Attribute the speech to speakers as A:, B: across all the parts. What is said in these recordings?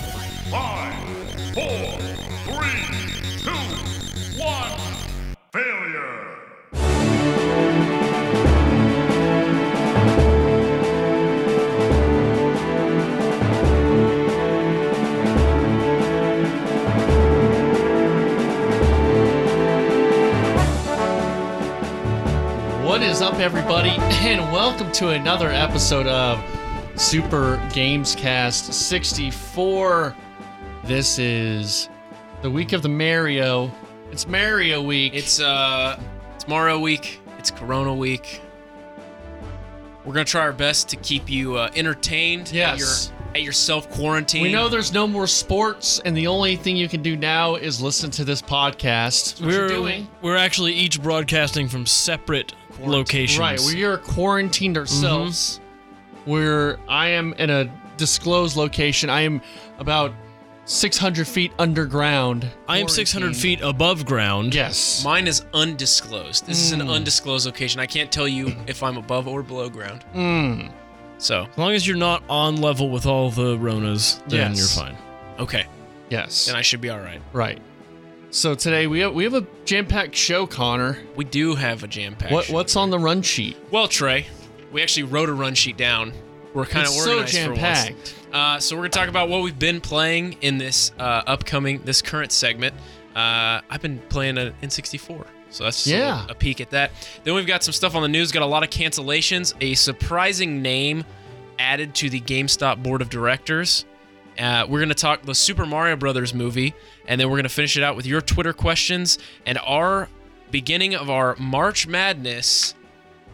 A: Five, four, three, two, one. Failure.
B: What is up, everybody, and welcome to another episode of Super Games Cast 64. This is the week of the Mario. It's Mario week.
C: It's uh it's Mario week. It's Corona week. We're gonna try our best to keep you uh, entertained.
B: Yes.
C: At your, at your self quarantine.
B: we know there's no more sports, and the only thing you can do now is listen to this podcast.
D: we're
B: you're doing.
D: we're actually each broadcasting from separate locations.
B: Right, we are quarantined ourselves. We're I am in a disclosed location. I am about 600 feet underground.
D: I am 600 feet above ground.
B: Yes.
C: Mine is undisclosed. This
B: Hmm.
C: is an undisclosed location. I can't tell you if I'm above or below ground.
B: Hmm.
C: So
D: As long as you're not on level with all the Ronas, then
B: Yes.
D: you're fine.
C: okay,
B: Yes.
C: then I should be all right.
B: Right. So today we have, we have a jam-packed show, Connor.
C: We do have a jam pack.
B: What what's on the run sheet?
C: Well, Trey, we actually wrote a run sheet down. We're kind of
B: It's so
C: organized for once.
B: jam-packed.
C: Uh, so we're gonna talk about what we've been playing in this uh, upcoming, this current segment. Uh, I've been playing an N64, so that's just a
B: Yeah.
C: little- a, peek at that. Then we've got some stuff on the news. Got a lot of cancellations, a surprising name added to the GameStop board of directors. Uh, we're gonna talk the Super Mario Brothers movie, and then we're gonna finish it out with your Twitter questions and our beginning of our March Madness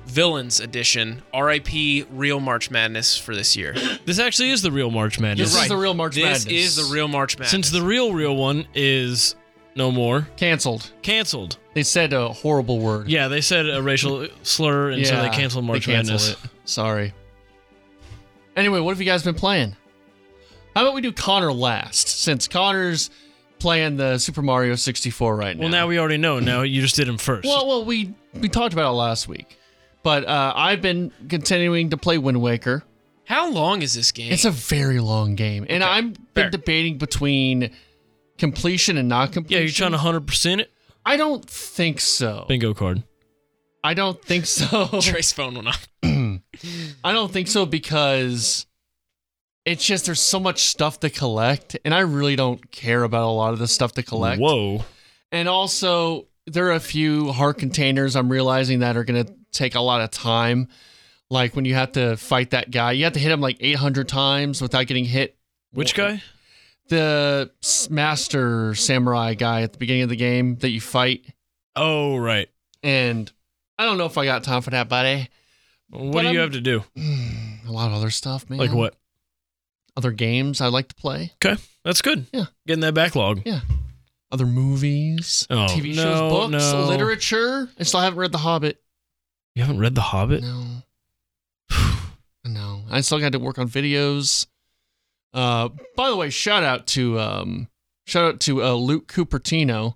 C: villains edition. R.I.P. Real March Madness for this year.
D: This actually is the real March Madness.
B: This is the real March
C: This
B: Madness.
C: is the real March Madness.
D: Since the real real one is no more,
B: canceled.
D: canceled.
B: They said a horrible word.
D: Yeah, they said a racial slur, and so they canceled March
B: canceled
D: Madness.
B: it. Sorry. Anyway, what have you guys been playing? How about we do Connor last, since Connor's playing the Super Mario 64 right now.
D: Well, now we already know. Now you just did him first.
B: Well, well, we we talked about it last week, but uh, I've been continuing to play Wind Waker.
C: how long is this game?
B: It's a very long game, and I'm
C: fair.
B: been debating between completion and not
D: yeah,
B: completion.
D: you're trying to 100% it?
B: I don't think so.
D: Bingo card.
B: I don't think so.
C: Trace phone went off.
B: I don't think so because it's just there's so much stuff to collect, and I really don't care about a lot of the stuff to collect.
D: Whoa.
B: And also, there are a few hard containers I'm realizing that are going to take a lot of time. Like when you have to fight that guy, you have to hit him like 800 times without getting hit.
D: Which guy?
B: The s- master samurai guy at the beginning of the game that you fight.
D: Oh, right.
B: And I don't know if I got time for that, buddy.
D: What
B: But
D: do you
B: I'm-
D: have to do?
B: A lot of other stuff, man.
D: Like what?
B: Other games I like to play,
D: Okay, that's good.
B: Yeah.
D: Getting that backlog.
B: other movies,
D: Oh,
B: TV
D: no,
B: shows, books,
D: no.
B: literature. I still haven't read The Hobbit.
D: You haven't read The Hobbit?
B: No. no. I still got to work on videos. Uh by the way, shout out to um shout out to uh Luke Cupertino,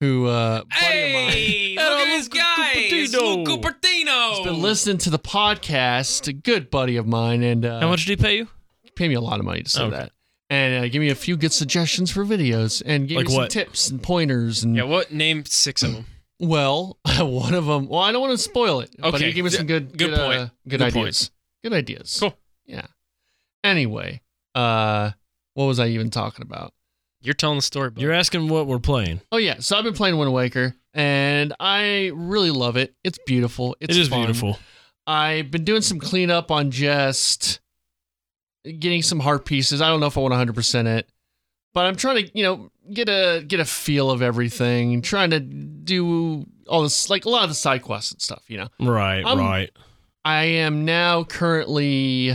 B: who uh buddy of mine
C: Hey, look at this guy. It's Lou Cupertino.
B: has been listening to the podcast, a good buddy of mine, and uh
D: How much did he pay you?
B: pay me a lot of money to say
D: Okay.
B: that. And uh, give me a few good suggestions for videos and give
D: Like
B: me
D: what?
B: some tips and pointers and
C: Yeah, what? Name six of them.
B: Well, one of them. Well, I don't want to spoil it. But
C: Okay.
B: he gave me some good,
C: Good
B: good,
C: point.
B: uh, good,
C: Good
B: ideas. Good ideas.
C: Cool.
B: Yeah. Anyway, uh, what was I even talking about?
C: You're telling the story, but
D: You're asking what we're playing.
B: Oh yeah, so I've been playing Wind Waker, and I really love it. It's beautiful. It's
D: It is
B: fun.
D: beautiful.
B: I've been doing some cleanup on just getting some heart pieces. I don't know if I want 100 percent it, but I'm trying to you know get a get a feel of everything. Trying to do all this like a lot of the side quests and stuff. You know.
D: Right,
B: I'm-
D: right.
B: I am now currently.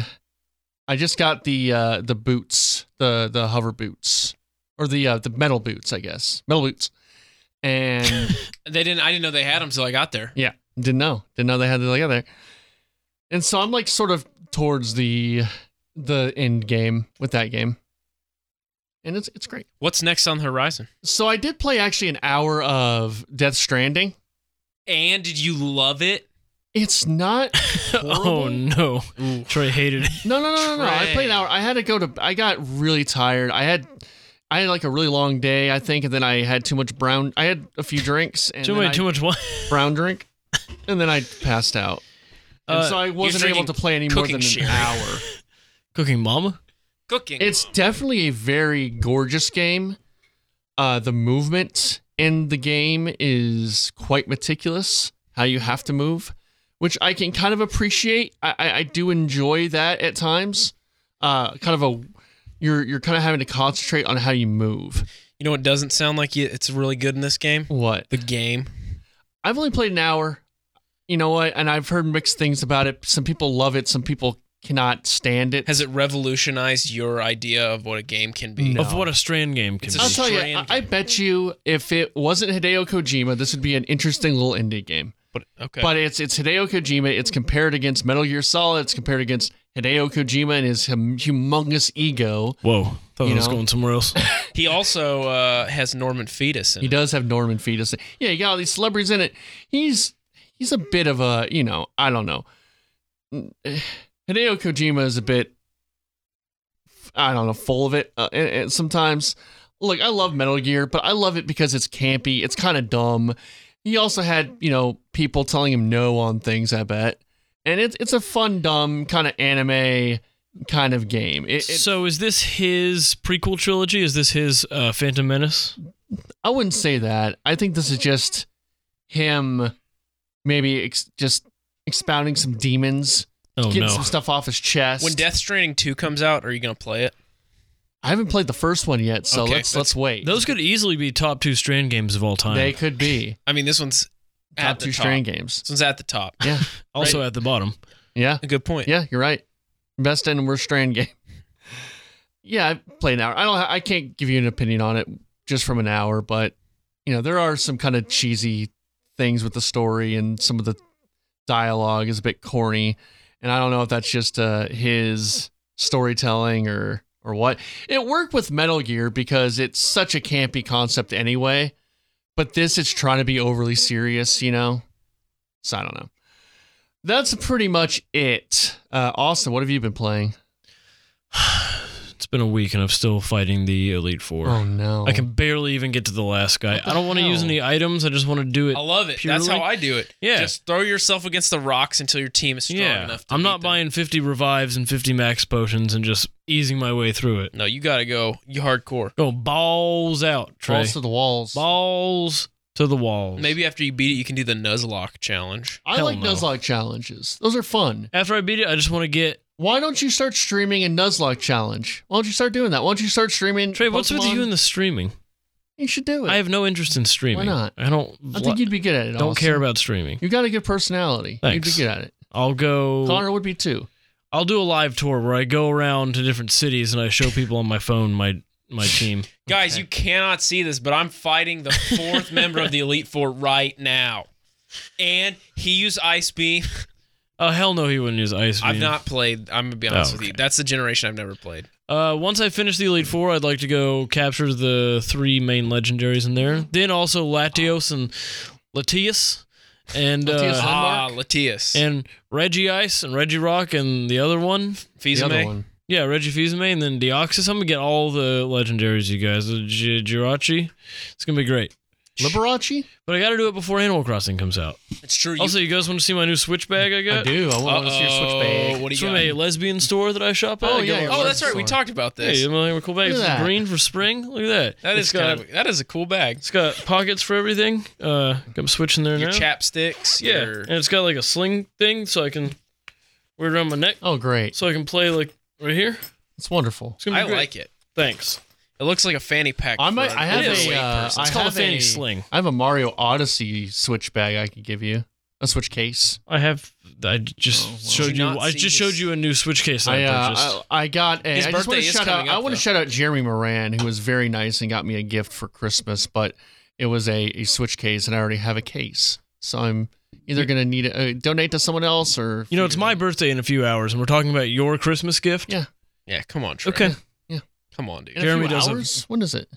B: I just got the uh, the boots, the the hover boots, or the uh, the metal boots, I guess, metal boots, and
C: they didn't. I didn't know they had them till I got there.
B: yeah, didn't know, didn't know they had it together. And so I'm like sort of towards the the end game with that game, and it's it's great.
C: What's next on the horizon?
B: So I did play actually an hour of Death Stranding.
C: And did you love it?
B: It's not.
D: Oh no, Trey hated it.
B: No, no, no, no, no. I
C: Trey.
B: played an hour. I had to go to. I got really tired. I had, I had like a really long day, I think, and then I had too much brown. I had a few drinks and
D: Too
B: then
D: much,
B: I-
D: too much. What?
B: brown drink, and then I passed out. And
D: Uh,
B: so I wasn't
C: drinking
B: able to play any more
C: cooking
B: than
C: sherry.
B: an hour.
D: Cooking Mama.
C: Cooking.
B: It's definitely a very gorgeous game. Uh, the movement in the game is quite meticulous, how you have to move, which I can kind of appreciate. I, I, I do enjoy that at times. Uh, kind of a you're you're kind of having to concentrate on how you move.
C: you know what doesn't sound like you, it's really good in this game?
B: What?
C: The game.
B: I've only played an hour. You know what? And I've heard mixed things about it. Some people love it. Some people cannot stand it.
C: Has it revolutionized your idea of what a game can be?
B: No.
D: Of what a strand game can
C: It's
D: be.
C: a
B: I'll tell you, I,
C: Strand
B: I bet you if it wasn't Hideo Kojima, this would be an interesting little indie game.
C: But, okay.
B: But it's it's Hideo Kojima. It's compared against Metal Gear Solid. It's compared against Hideo Kojima and his hum- humongous ego.
D: Whoa, thought
B: You
D: I was
B: know?
D: going somewhere else.
C: he also uh, has Norman Fetus in
B: He
C: it.
B: does have Norman Fetus. Yeah, you got all these celebrities in it. He's he's a bit of a you know I don't know. Hideo Kojima is a bit I don't know full of it. Uh, and, and sometimes look, I love Metal Gear, but I love it because it's campy. It's kind of dumb. He also had you know people telling him no on things. I bet, and it's it's a fun dumb kind of anime kind of game. It, it,
D: so is this his prequel trilogy? Is this his uh, Phantom Menace?
B: I wouldn't say that. I think this is just him maybe ex- just expounding some demons,
D: Oh
B: getting
D: no.
B: some stuff off his chest.
C: When Death Stranding 2 comes out, are you going to play it?
B: I haven't played the first one yet, so
C: Okay,
B: let's let's wait.
D: Those could easily be top two strand games of all time.
B: they could be
C: I mean, this one's at
B: top
C: the
B: two
C: top.
B: strain games.
C: This one's at the top.
B: Yeah,
D: also at the bottom.
B: yeah,
C: A good point.
B: yeah. You're right. Best and worst strain game. Yeah, I played an hour. I don't. I can't give you an opinion on it just from an hour, but you know there are some kind of cheesy things with the story and some of the dialogue is a bit corny, and I don't know if that's just uh, his storytelling or or what. It worked with Metal Gear because it's such a campy concept anyway, but this is trying to be overly serious, you know. So I don't know. That's pretty much it. Uh, Austin, what have you been playing?
D: It's been a week and I'm still fighting the Elite Four.
B: Oh no!
D: I can barely even get to the last guy.
B: the
D: I don't want to
B: hell?
D: use any items. I just want to do it.
C: I love it. That's
D: Purely?
C: how I do it.
D: Yeah.
C: Just throw yourself against the rocks until your team is strong
D: yeah,
C: enough to
D: I'm
C: beat
D: not
C: them.
D: buying 50 revives and 50 max potions and just easing my way through it.
C: No, you got to go. You hardcore.
D: Go balls out, Trey.
B: Balls to the walls.
D: balls to the walls.
C: Maybe after you beat it, you can do the Nuzlocke challenge.
B: I
D: Hell
B: like
D: no.
B: Nuzlocke challenges. Those are fun.
D: after I beat it, I just want to get
B: Why don't you start streaming a Nuzlocke challenge? Why don't you start doing that? Why don't you start streaming?
D: Trey. What's with
B: Pokemon?
D: you and the streaming?
B: You should do it.
D: I have no interest in streaming.
B: not?
D: I don't. wha-
B: I think you'd be good at it.
D: don't
B: Austin.
D: care about streaming.
B: You got a good personality.
D: Thanks.
B: You'd be good at it.
D: I'll go.
B: Connor would be too.
D: I'll do a live tour where I go around to different cities and I show people on my phone my my team.
C: Guys, you cannot see this, but I'm fighting the fourth member of the Elite Four right now. And he used Ice Beam.
D: Oh hell no, he wouldn't use ice.
C: I've
D: beam.
C: not played. I'm going to be honest
D: Oh,
C: with you.
D: okay.
C: That's the generation I've never played.
D: Uh, once I finish the Elite Four, I'd like to go capture the three main legendaries in there. Then also Latios and Latias, and
B: Latias
D: uh,
C: Ah,
B: Denmark?
C: Latias.
D: and Reggie Ice and Reggie Rock and the other one.
B: The other
C: Fizame.
B: one.
D: Yeah, Reggie Fizame and then Deoxys. I'm gonna get all the legendaries, you guys. Uh, Ji- Jirachi, it's gonna be great.
B: Liberace?
D: But I gotta do it before Animal Crossing comes out.
C: It's true. You,
D: Also, you guys want to see my new Switch bag I got?
B: I do. I want to see your
C: Uh-oh,
B: switch bag.
C: What do
D: It's
C: you
D: from
C: got?
D: a lesbian store that I shop at. I
B: Oh,
D: go
B: yeah,
D: on-
B: yeah.
C: Oh, that's right. We
B: Sorry.
C: talked about this.
D: Hey, my cool bag. It's
B: Look at that.
D: green for spring. Look at that.
C: that
D: It's
C: is
D: got
C: kind of that is a cool bag.
D: It's got pockets for everything. Uh, got my switch in there
C: Your
D: now.
C: chapsticks.
D: yeah,
C: Your,
D: and it's got like a sling thing, so I can wear it around my neck,
B: Oh, great.
D: so I can play like right here.
B: It's wonderful.
D: It's gonna be
C: I
D: great.
C: like it.
D: Thanks.
C: It looks like a fanny pack.
B: I might.
C: for
B: I have
D: It is.
B: a. Uh,
C: It's
B: I
D: called a
B: have
D: fanny sling.
B: I have a Mario Odyssey switch bag I could give you. A switch case.
D: I have. I just
C: Did
B: Oh,
D: showed
C: you
D: you.
C: not
D: I
C: see
D: just showed
C: this?
D: you a new switch case that
B: I,
D: I, purchased.
B: uh, I, I got a.
C: His
B: I just want
C: birthday
B: to
C: is
B: shout out.
C: coming
B: I
C: up,
B: want
C: though.
B: to shout out Jeremy Moran, who was very nice and got me a gift for Christmas, but it was a, a switch case, and I already have a case, so I'm either gonna need it, uh, donate to someone else or.
D: you know, it's my birthday in a few hours, and we're talking about your Christmas gift.
B: Yeah.
C: yeah, come on, Trey.
D: Okay.
B: Yeah.
C: Come on, dude.
B: In
E: Jeremy
B: a few
E: does a-
B: hours? When is it?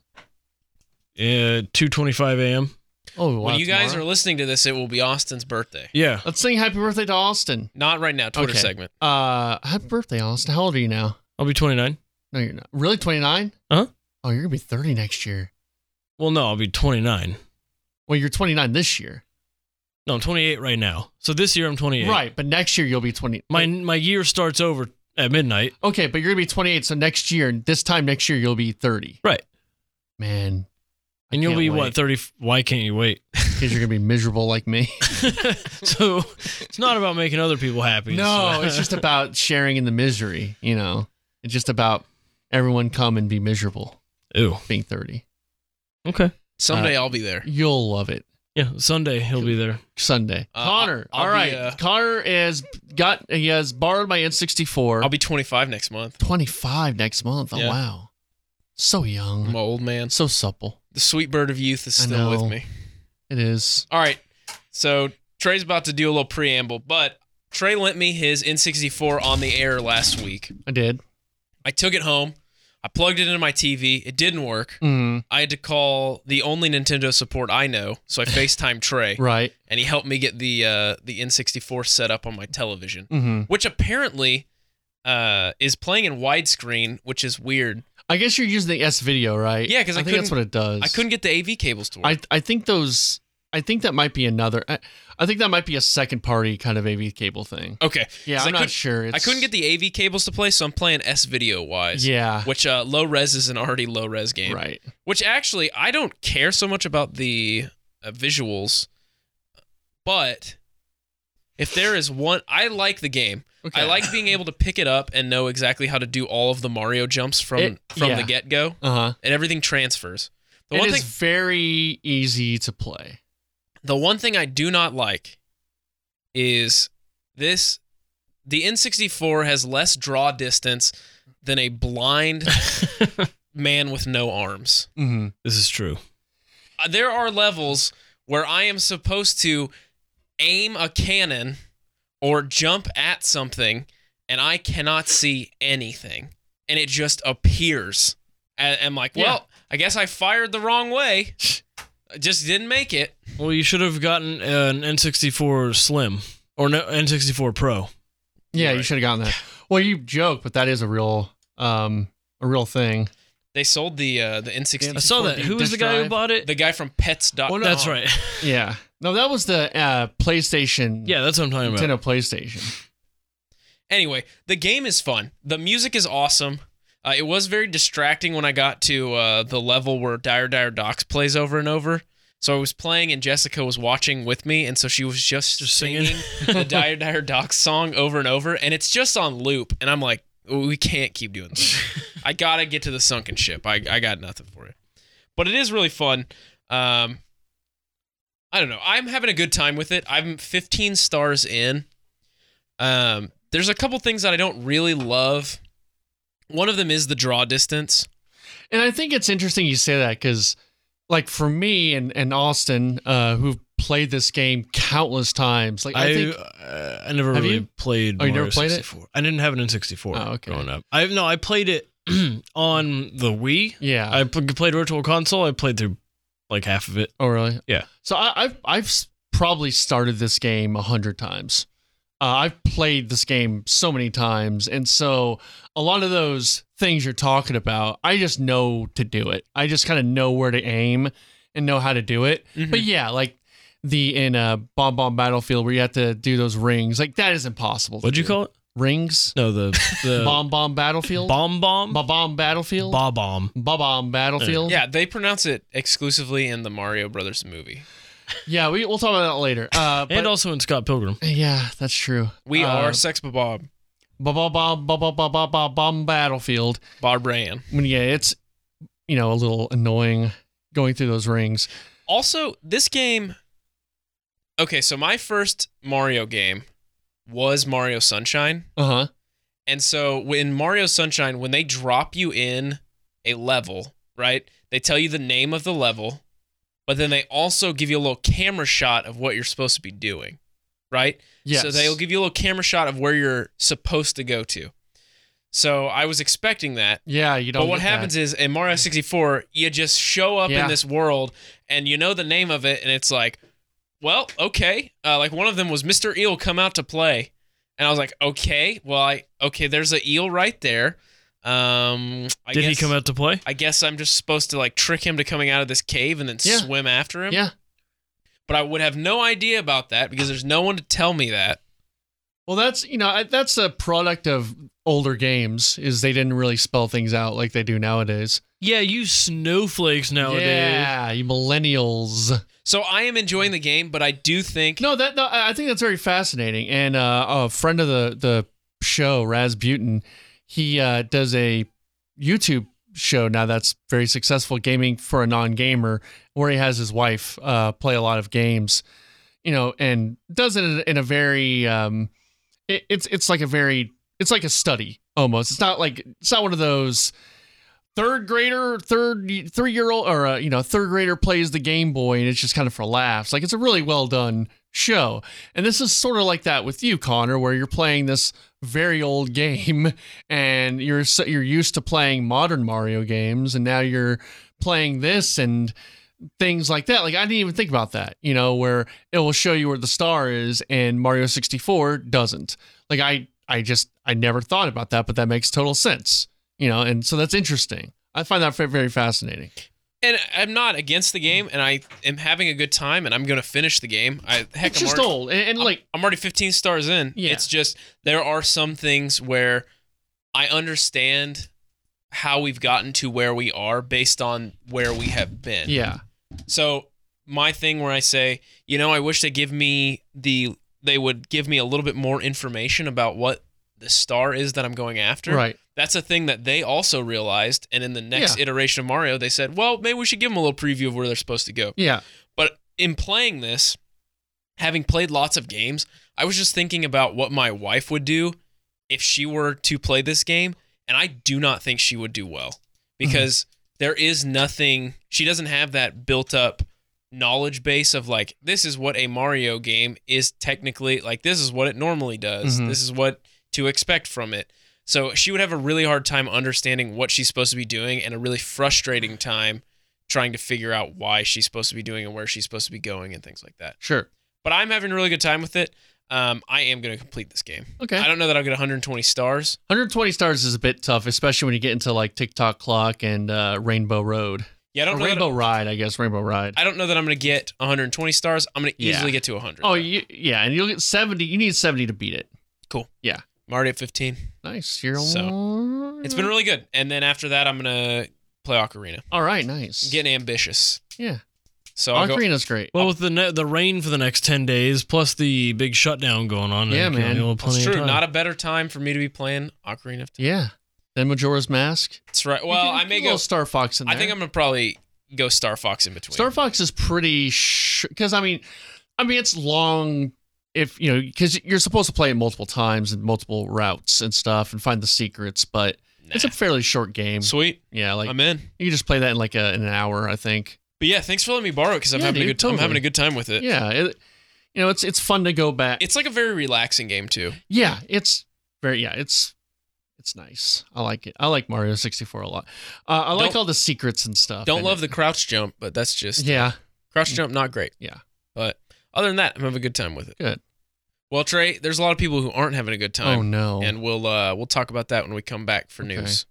E: Uh, 2:25 a.m.
B: Oh, wow,
C: When you guys
B: tomorrow.
C: are listening to this, it will be Austin's birthday.
E: Yeah.
B: Let's sing happy birthday to Austin.
C: Not right now. Twitter
B: Okay.
C: segment.
B: Uh, happy birthday, Austin. How old are you now?
E: I'll be 29.
B: No, you're not. Really, 29?
E: Huh?
B: Oh, you're gonna be 30 next year.
E: Well, no, I'll be 29.
B: Well, you're 29 this year,
E: No, I'm 28 right now. So this year I'm 28.
B: right? But next year you'll be 20.
E: My my year starts over at midnight.
B: okay, but you're gonna be 28. So next year, this time next year, you'll be 30.
E: Right.
B: Man,
E: And you'll
B: can't
E: be
B: wait.
E: what 30 why can't you wait?
B: because you're gonna be miserable like me.
E: so it's not about making other people happy.
B: no, it's just about sharing in the misery. You know, it's just about everyone come and be miserable.
E: Ooh.
B: Being 30,
E: Okay.
C: Someday
B: Uh,
C: I'll be there.
B: you'll love it.
E: Yeah, Sunday he'll be there.
B: Sunday.
C: Uh,
B: Connor.
C: I'll- I'll
B: all
C: be,
B: right.
C: uh,
B: Connor has got he has borrowed my N64.
C: I'll be 25 next month.
B: 25 next month. Oh
C: Yeah.
B: wow. So young.
C: I'm an old man.
B: So supple.
C: The sweet bird of youth is
B: I
C: still with
B: know.
C: me.
B: It is.
C: All right. So Trey's about to do a little preamble, but Trey lent me his N64 on the air last week.
B: I did.
C: I took it home. I plugged it into my TV. It didn't work.
B: Mm,
C: I had to call the only Nintendo support I know, so I FaceTime Trey,
B: right.
C: and he helped me get the uh, the N64 set up on my television,
B: hmm
C: which apparently uh, is playing in widescreen, which is weird.
B: I guess you're using the S video, right?
C: Yeah, 'cause I
B: think that's
C: couldn't-
B: what it does.
C: I couldn't get the AV cables to work.
B: I I think those. I think that might be another. I, I think that might be a second party kind of AV cable thing.
C: okay,
B: Yeah,
C: Oh, 'Cause I
B: I'm not
C: couldn't-
B: sure.
C: I couldn't get the AV cables to play, so I'm playing S video wise.
B: Yeah.
C: Which uh, low res is an already low res game.
B: Right.
C: Which actually, I don't care so much about the uh, visuals, but if there is one, I like the game.
B: Okay.
C: I like being able to pick it up and know exactly how to do all of the Mario jumps from
B: It-
C: from the
B: yeah.
C: get go,
B: Uh huh.
C: and everything transfers. The
B: It
C: one
B: is
C: thing,
B: very easy to play.
C: the one thing I do not like is this. The N64 has less draw distance than a blind man with no arms.
B: Mm-hmm.
E: This is true.
C: Uh, there are levels where I am supposed to aim a cannon or jump at something and I cannot see anything and it just appears. And I'm like, well, I guess I fired the wrong way. I just didn't make it.
E: Well, you should have gotten an N64 Slim or no, N64 Pro.
B: Yeah, you
C: Right.
B: should have gotten that. Well, you joke, but that is a real, um, a real thing.
C: They sold the uh, the N64.
E: I saw that. Who was the guy who
B: Disk drive.
E: bought it? Oh,
C: The guy from Pets.com.
E: That's right.
B: Yeah. No, that was the uh, PlayStation.
E: Yeah, that's what I'm talking about.
B: Nintendo PlayStation.
C: Anyway, the game is fun. The music is awesome. Uh, it was very distracting when I got to uh, the level where Dire Dire Docs plays over and over. So I was playing and Jessica was watching with me, and so she was just,
E: Just
C: singing,
E: singing.
C: the Dire Dire Docs song over and over, and it's just on loop. And I'm like, we can't keep doing this. I gotta get to the sunken ship. I, I got nothing for it, but it is really fun. Um, I don't know. I'm having a good time with it. I'm 15 stars in. Um, there's a couple things that I don't really love. One of them is the draw distance.
B: And I think it's interesting you say that because, like, for me and, and Austin, uh, who've played this game countless times, like, I,
E: I
B: think,
E: uh, I never
B: Have
E: really
B: you?
E: played.
B: Oh, you
E: Mario
B: never played it?
E: 64. I didn't have an N64
B: Oh, okay.
E: growing up. I no, I played it on the Wii.
B: yeah.
E: I pl- played Virtual Console. I played through like half of it.
B: oh, really?
E: Yeah.
B: So I, I've, I've s- probably started this game a hundred times. Uh, I've played this game so many times. And so a lot of those things you're talking about, I just know to do it. I just kind of know where to aim and know how to do it.
E: Mm-hmm.
B: But yeah, like the in uh, Bomb Bomb Battlefield where you have to do those rings, like that is impossible. to
E: What'd you
B: do.
E: call it?
B: Rings?
E: No, the the
B: bomb Bomb Battlefield?
E: bomb bomb
B: Bomb Bomb Battlefield?
E: bomb bomb.
B: Bomb Bomb Battlefield?
C: Yeah, they pronounce it exclusively in the Mario Brothers movie.
B: Yeah, we, we'll talk about that later. Uh,
E: And
B: but-
E: also in Scott Pilgrim.
B: yeah, that's true.
C: We
B: Uh,
C: are Sex Bob
B: ba ba ba ba ba ba ba ba bomb battlefield.
C: Bob Ran.
B: I mean, yeah, it's you know a little annoying going through those rings.
C: Also, this game. Okay, so my first Mario game was Mario Sunshine.
B: Uh huh.
C: And so in Mario Sunshine, when they drop you in a level, right? They tell you the name of the level, but then they also give you a little camera shot of what you're supposed to be doing, right?
B: Yes.
C: So they'll give you a little camera shot of where you're supposed to go to. So I was expecting that.
B: Yeah, you don't.
C: But what
B: get that.
C: happens is in Mario 64, you just show up
B: Yeah.
C: in this world and you know the name of it, and it's like, well, okay. Uh, like one of them was Mr. Eel come out to play, and I was like, okay, well, I okay, there's a eel right there. Um, I
E: Did
C: guess,
E: he come out to play?
C: I guess I'm just supposed to like trick him to coming out of this cave and then
B: Yeah.
C: swim after him.
B: Yeah.
C: But I would have no idea about that because there's no one to tell me that.
B: Well, that's you know I- that's a product of older games is they didn't really spell things out like they do nowadays.
E: Yeah, you snowflakes nowadays.
B: Yeah, you millennials.
C: So I am enjoying the game, but I do think
B: No, that no, I I think that's very fascinating. And uh, a friend of the the show, Raz Butin, he uh, does a YouTube show now that's very successful, gaming for a non gamer, where he has his wife uh, play a lot of games, you know, and does it in- in a very um, it, it's it's like a very it's like a study almost. It's not like it's not one of those third grader third three year old or uh, you know third grader plays the game boy and it's just kind of for laughs like it's a really well done show and this is sort of like that with you connor where you're playing this very old game and you're so- you're used to playing modern mario games and now you're playing this and things like that like i didn't even think about that you know where it will show you where the star is and mario 64 doesn't like i i just i never thought about that but that makes total sense you know, and so that's interesting. I find that fa- very fascinating.
C: and I'm not against the game, and I am having a good time, and I'm gonna finish the game. I heck,
B: it's
C: I'm
B: just
C: already,
B: old, and, and
C: I'm-
B: like,
C: I'm already 15 stars in.
B: Yeah.
C: It's just there are some things where I understand how we've gotten to where we are based on where we have been.
B: yeah,
C: So my thing where I say, you know, I wish they give me the they would give me a little bit more information about what the star is that I'm going after.
B: right.
C: That's a thing that they also realized and in the next iteration of Mario they said, well, maybe we should give them a little preview of where they're supposed to go.
B: Yeah,
C: But in playing this, having played lots of games, I was just thinking about what my wife would do if she were to play this game, and I do not think she would do well because there is nothing she doesn't have that built up knowledge base of like this is what a Mario game is technically like this is what it normally does.
B: Mhm.
C: This is what to expect from it. So she would have a really hard time understanding what she's supposed to be doing and a really frustrating time trying to figure out why she's supposed to be doing and where she's supposed to be going and things like that.
B: sure.
C: But I'm having a really good time with it. Um, I am going to complete this game.
B: Okay.
C: I don't know that I'll get 120 stars.
B: 120 stars is a bit tough, especially when you get into like TikTok Clock and uh, Rainbow Road.
C: Yeah, I
B: Or
C: don't know.
B: Rainbow
C: That,
B: Ride, I guess. Rainbow Ride.
C: I don't know that I'm going to get 120 stars. I'm going to
B: Yeah.
C: easily get to 100.
B: oh,
C: though.
B: you, yeah, and you'll get 70. You need 70 to beat it.
C: I'm already at 15.
B: Nice. You're
C: It's
B: Mm-hmm.
C: been really good. And then after that, I'm going to play Ocarina.
B: all right. Nice.
C: I'm getting ambitious.
B: yeah,
C: So I'll go.
B: Ocarina's great.
E: Well, with the ne- the rain for the next ten days, plus the big shutdown going on,
B: Yeah,
E: it can
B: man.
E: only hold
C: That's
E: plenty of
C: true.
E: time.
C: Not a better time for me to be playing Ocarina of Time.
B: Yeah. Then Majora's Mask.
C: That's right. Well,
B: You can-
C: I may
B: a little
C: go.
B: Star Fox in there.
C: I think I'm going to probably go Star Fox in between.
B: Star Fox is pretty because I mean, I mean it's long. If you know, because you're supposed to play it multiple times and multiple routes and stuff and find the secrets, but it's a
C: Nah.
B: fairly short game.
C: Sweet.
B: yeah, like
C: I'm in.
B: you can just play that in like a, in an hour, I think.
C: But yeah, thanks for letting me borrow it because I'm
B: Yeah,
C: having a
B: dude,
C: good. I'm having
B: totally.
C: a good time with it.
B: Yeah, it, you know, it's it's fun to go back.
C: It's like a very relaxing game too.
B: yeah, it's very yeah, it's it's nice. I like it. I like Mario 64 a lot. Uh, I like
C: Don't-
B: all the secrets and stuff.
C: Don't
B: in
C: love
B: it.
C: the crouch jump, but that's just
B: Yeah,
C: crouch jump not great.
B: Yeah.
C: But other than that, I'm having a good time with it.
B: Good.
C: Well, Trey, there's a lot of people who aren't having a good
B: oh
C: time.
B: no.
C: And we'll uh, we'll talk about that when we come back for
B: Okay.
C: news.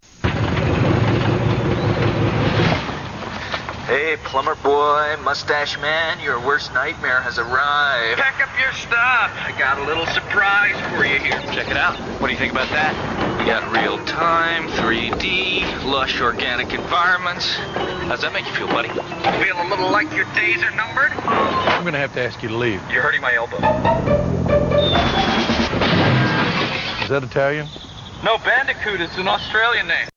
F: Hey, plumber boy, mustache man, your worst nightmare has arrived. Pack up your stuff. I got a little surprise for you here. Check it out. What do you think about that? You got real time, 3D, lush organic environments. How's that make you feel, buddy? Feel a little like your days are numbered?
G: I'm going to have to ask you to leave.
F: You're hurting my elbow.
G: Is that Italian?
F: No, Bandicoot is an Australian name.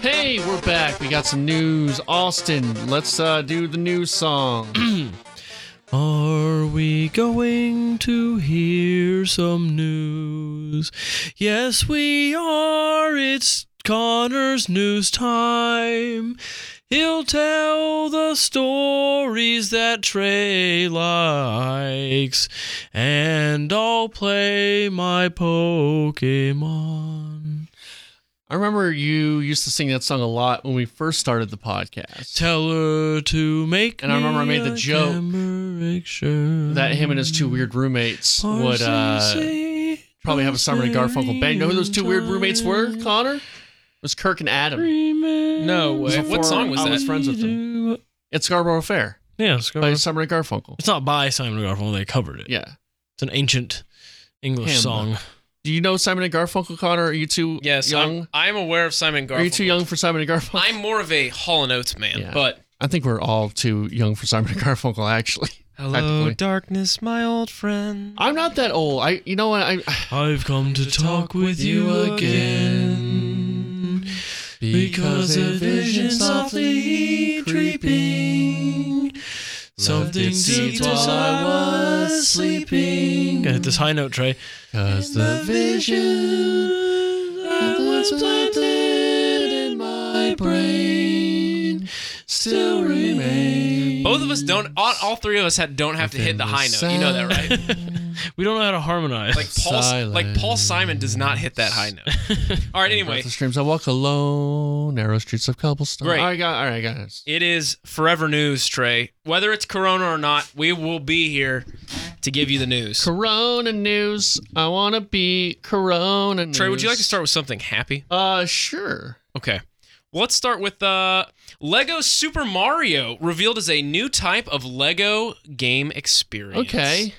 B: Hey, we're back. We got some news. Austin, let's uh, do the news song.
E: Are we going to hear some news? Yes, we are. It's Connor's news time.
D: He'll tell the stories that Trey likes, and I'll play my Pokemon.
B: I remember you used to sing that song a lot when we first started the podcast.
D: Tell her to make.
B: And I remember I
D: me
B: made the
D: a
B: joke
D: camera picture.
B: That him and his two weird roommates would
D: Parsley
B: uh,
D: seed,
B: probably have a Simon and Garfunkel band. You know who those two weird roommates were,
D: time.
B: Connor? It was Kirk and Adam.
D: Remember
C: No way.
B: before
C: What song was
B: I was
C: that?
B: friends with them.
D: to-
B: It's Scarborough Fair
D: Yeah,
B: by
D: Scarborough.
B: Simon and Garfunkel.
D: It's not by Simon and Garfunkel. They covered it.
B: Yeah.
D: It's an ancient English
B: Hymn.
D: song.
B: Do you know Simon and Garfunkel, Connor? Are you too
C: Yes,
B: young?
C: I'm, I'm aware of Simon Garfunkel.
B: Are you too young for Simon and Garfunkel?
C: I'm more of a Hall and Oates man,
B: Yeah.
C: but
B: I think we're all too young for Simon and Garfunkel, actually. Practically.
C: darkness, my old friend.
B: I'm not that old. I, you know what? I,
D: I've come to talk with you again because a vision softly creeping. Something deep while I was sleeping. Gotta hit this high note, Trey.
B: Cause the vision that was planted in my brain still remains.
C: Both of us don't. All, all three of us had, don't have to hit the high note. You know that, right?
D: We don't know how to harmonize.
C: Like Paul, like Paul
B: Silence.
C: Simon does not hit that high note. All right. Anyway,
B: the streams I walk alone, narrow streets of cobblestone.
C: Great.
B: All right, got, all right, guys.
C: it is forever news, Trey. Whether it's Corona or not, we will be here to give you the news.
B: Corona news. I want to be Corona news.
C: Trey, would you like to start with something happy?
B: Uh, sure.
C: Okay. Well, let's start with uh, Lego Super Mario revealed as a new type of Lego game experience.
B: Okay.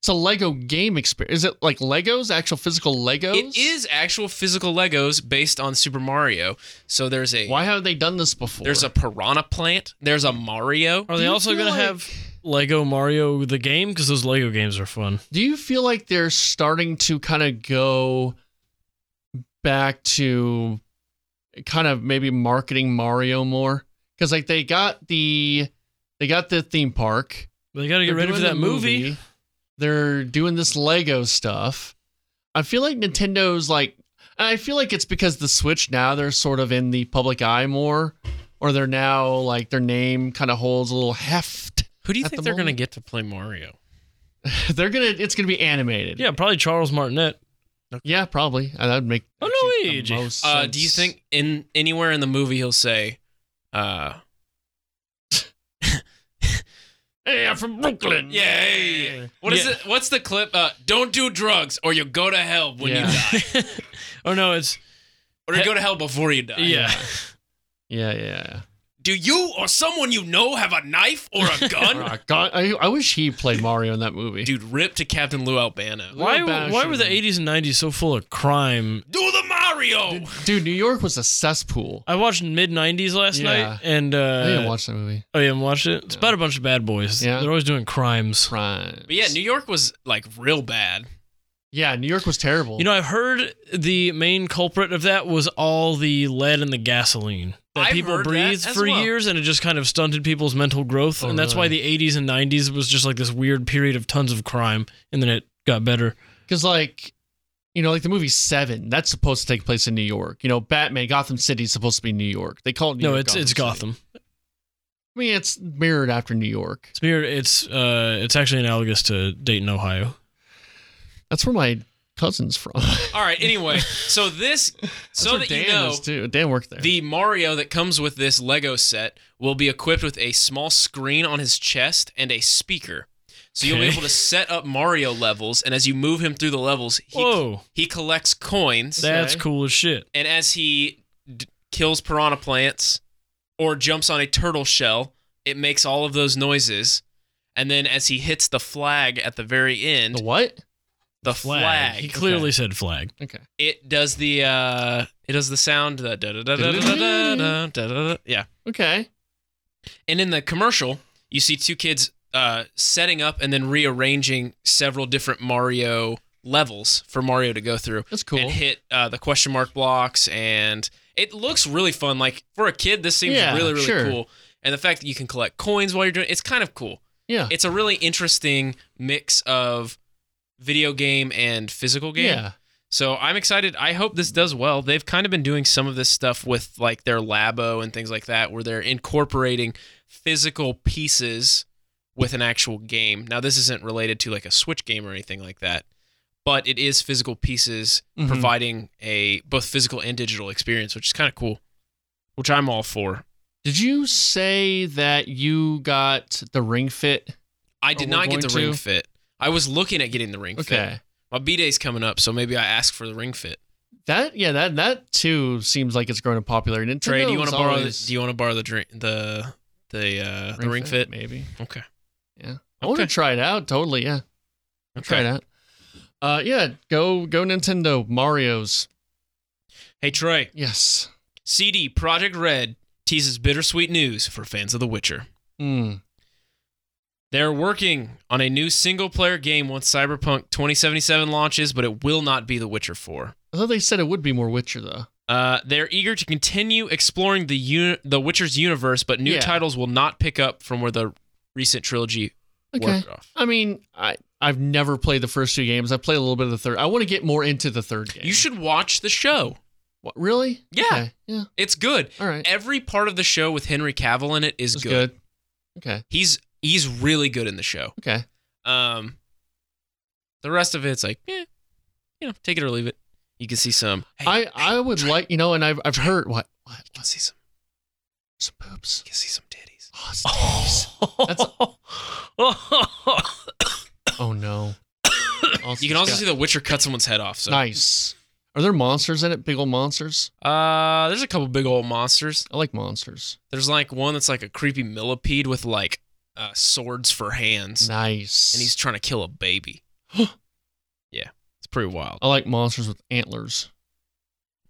B: It's a Lego game experience. Is it like Legos, actual physical Legos?
C: It is actual physical Legos based on Super Mario. So there's a
B: Why have they done this before?
C: there's a piranha plant. There's a Mario.
D: Are they
B: you
D: also
B: feel
D: gonna
B: like-
D: have Lego Mario the game? Because those Lego games are fun.
B: Do you feel like they're starting to kind of go back to kind of maybe marketing Mario more? Because like they got the they got the theme park.
D: They gotta get
B: They're
D: ready for
B: doing
D: that
B: the
D: movie.
B: They're doing this Lego stuff. I feel like Nintendo's like, and I feel like it's because the Switch now they're sort of in the public eye more, or they're now like their name kind of holds a little heft.
C: Who do you
B: At
C: think
B: the
C: they're gonna
B: moment-
C: get to play Mario?
B: they're gonna, it's gonna be animated.
D: Yeah, probably Charles Martinet.
B: Yeah, probably. Uh, That would make
D: Oh,
B: actually the
D: Luigi.
B: most
C: Uh, do you
B: sense.
C: think in anywhere in the movie he'll say, uh,
B: Hey, I'm from Brooklyn.
C: "Yay"? What is
D: Yeah.
C: it? What's the clip? Uh, don't do drugs, or you'll go to hell when
B: Yeah.
C: you die,
D: Oh no, it's
C: or you go to hell before you die.
D: yeah.
B: Yeah, yeah.
C: Do you or someone you know have a knife or a gun?
B: Uh, God, I, I wish he played Mario in that movie.
C: Dude, rip to Captain Lou Albano.
D: Why?
B: Little Bash
D: Why were the
B: and-
D: '80s and '90s so full of crime?
C: Do the Mario.
B: Dude, New York was a cesspool.
D: I watched mid '90s last
B: Yeah.
D: night, and uh,
B: I didn't watch that movie.
D: Oh, you haven't watched it? It's about a bunch of bad boys.
B: Yeah.
D: They're always doing crimes.
B: Prime.
C: But yeah, New York was like real bad.
B: yeah, New York was terrible.
D: You know, I've heard the main culprit of that was all the lead in the gasoline that
C: I've
D: people
C: heard that
D: breathed
C: as
D: for
C: well.
D: years, and it just kind of stunted people's mental growth.
B: Oh,
D: and that's why the 80s and 90s was just like this weird period of tons of crime, and then it got better.
B: because like, you know, like the movie Seven, that's supposed to take place in New York. You know, Batman, Gotham City is supposed to be New York. They call it New
D: no,
B: York.
D: it's it's
B: City.
D: Gotham.
B: I mean, it's mirrored after New York.
D: It's weird. It's uh, it's actually analogous to Dayton, Ohio.
B: That's where my cousin's from.
C: All right. Anyway, so this, so
B: That's
C: that
B: where Dan
C: you know,
B: is too. Dan worked there.
C: the Mario that comes with this Lego set will be equipped with a small screen on his chest and a speaker. So you'll be
D: Okay.
C: able to set up Mario levels, and as you move him through the levels, he,
D: Whoa.
C: he collects coins,
D: That's
B: Okay.
D: cool as shit.
C: and as he d- kills piranha plants or jumps on a turtle shell, it makes all of those noises. And then as he hits the flag at the very end,
B: the
C: the,
B: what?
C: flag,
D: He clearly said flag.
B: Okay.
C: it does the uh it does the sound the da da da da da da da da da da da yeah
B: Okay.
C: and in the commercial you see two kids uh setting up and then rearranging several different mario levels for mario to go through
B: That's cool.
C: and hit uh, the question mark blocks and it looks really fun like for a kid this seems
B: Yeah,
C: really really
B: sure.
C: cool and the fact that you can collect coins while you're doing it, it's kind of cool
B: Yeah.
C: it's a really interesting mix of video game and physical game
B: Yeah.
C: So I'm excited. I hope this does well. They've kind of been doing some of this stuff with like their Labo and things like that, where they're incorporating physical pieces with an actual game. Now, this isn't related to like a Switch game or anything like that, but it is physical pieces
B: Mhm.
C: providing a both physical and digital experience, which is kind of cool, which I'm all for.
B: Did you say that you got the Ring Fit?
C: I did
B: Oh, we're
C: not get the
B: going
C: Ring
B: to?
C: Fit. I was looking at getting the Ring Fit.
B: Okay.
C: My B day's coming up, so maybe I ask for the Ring Fit.
B: That yeah, that that too seems like it's growing in popularity. Nintendo
C: Trey, do you
B: was
C: want to borrow? The,
B: always-
C: do you want to borrow the drink? The the uh, the Ring Fit?
B: Maybe.
C: Okay.
B: Yeah. I want to
C: Okay.
B: try it out. Totally. Yeah.
C: Okay.
B: Try it out. Uh, yeah. Go go Nintendo Mario's.
C: Hey Troy,
B: Yes.
C: CD Project Red teases bittersweet news for fans of The Witcher.
B: Mm.
C: They're working on a new single-player game once Cyberpunk 2077 launches, but it will not be The Witcher 4.
B: I thought they said it would be more Witcher though.
C: Uh, they're eager to continue exploring the uni- the Witcher's universe, but new
B: Yeah.
C: titles will not pick up from where the recent trilogy
B: Okay.
C: worked off.
B: I mean, I I've never played the first two games. I played a little bit of the third. I want to get more into the third game.
C: You should watch the show.
B: What, really?
C: Yeah.
B: Okay. Yeah.
C: It's good.
B: All right.
C: Every part of the show with Henry Cavill in it is
B: It's
C: good.
B: good. Okay.
C: He's he's really good in the show.
B: Okay.
C: Um, the rest of it's like, eh, you know, take it or leave it. You can see some. Hey,
B: I I would like you know, and I've I've heard what what
C: you can see some.
B: some poops.
C: You can see some titties.
B: Oh, it's nice. Oh, no.
C: you can also
B: got-
C: see the Witcher cut someone's head off. So,
B: nice. Are there monsters in it? Big old monsters.
C: uh, there's a couple big old monsters.
B: I like monsters.
C: There's like one that's like a creepy millipede with like uh, swords for hands,
B: Nice.
C: and he's trying to kill a baby. yeah, it's pretty wild.
B: I like monsters with antlers.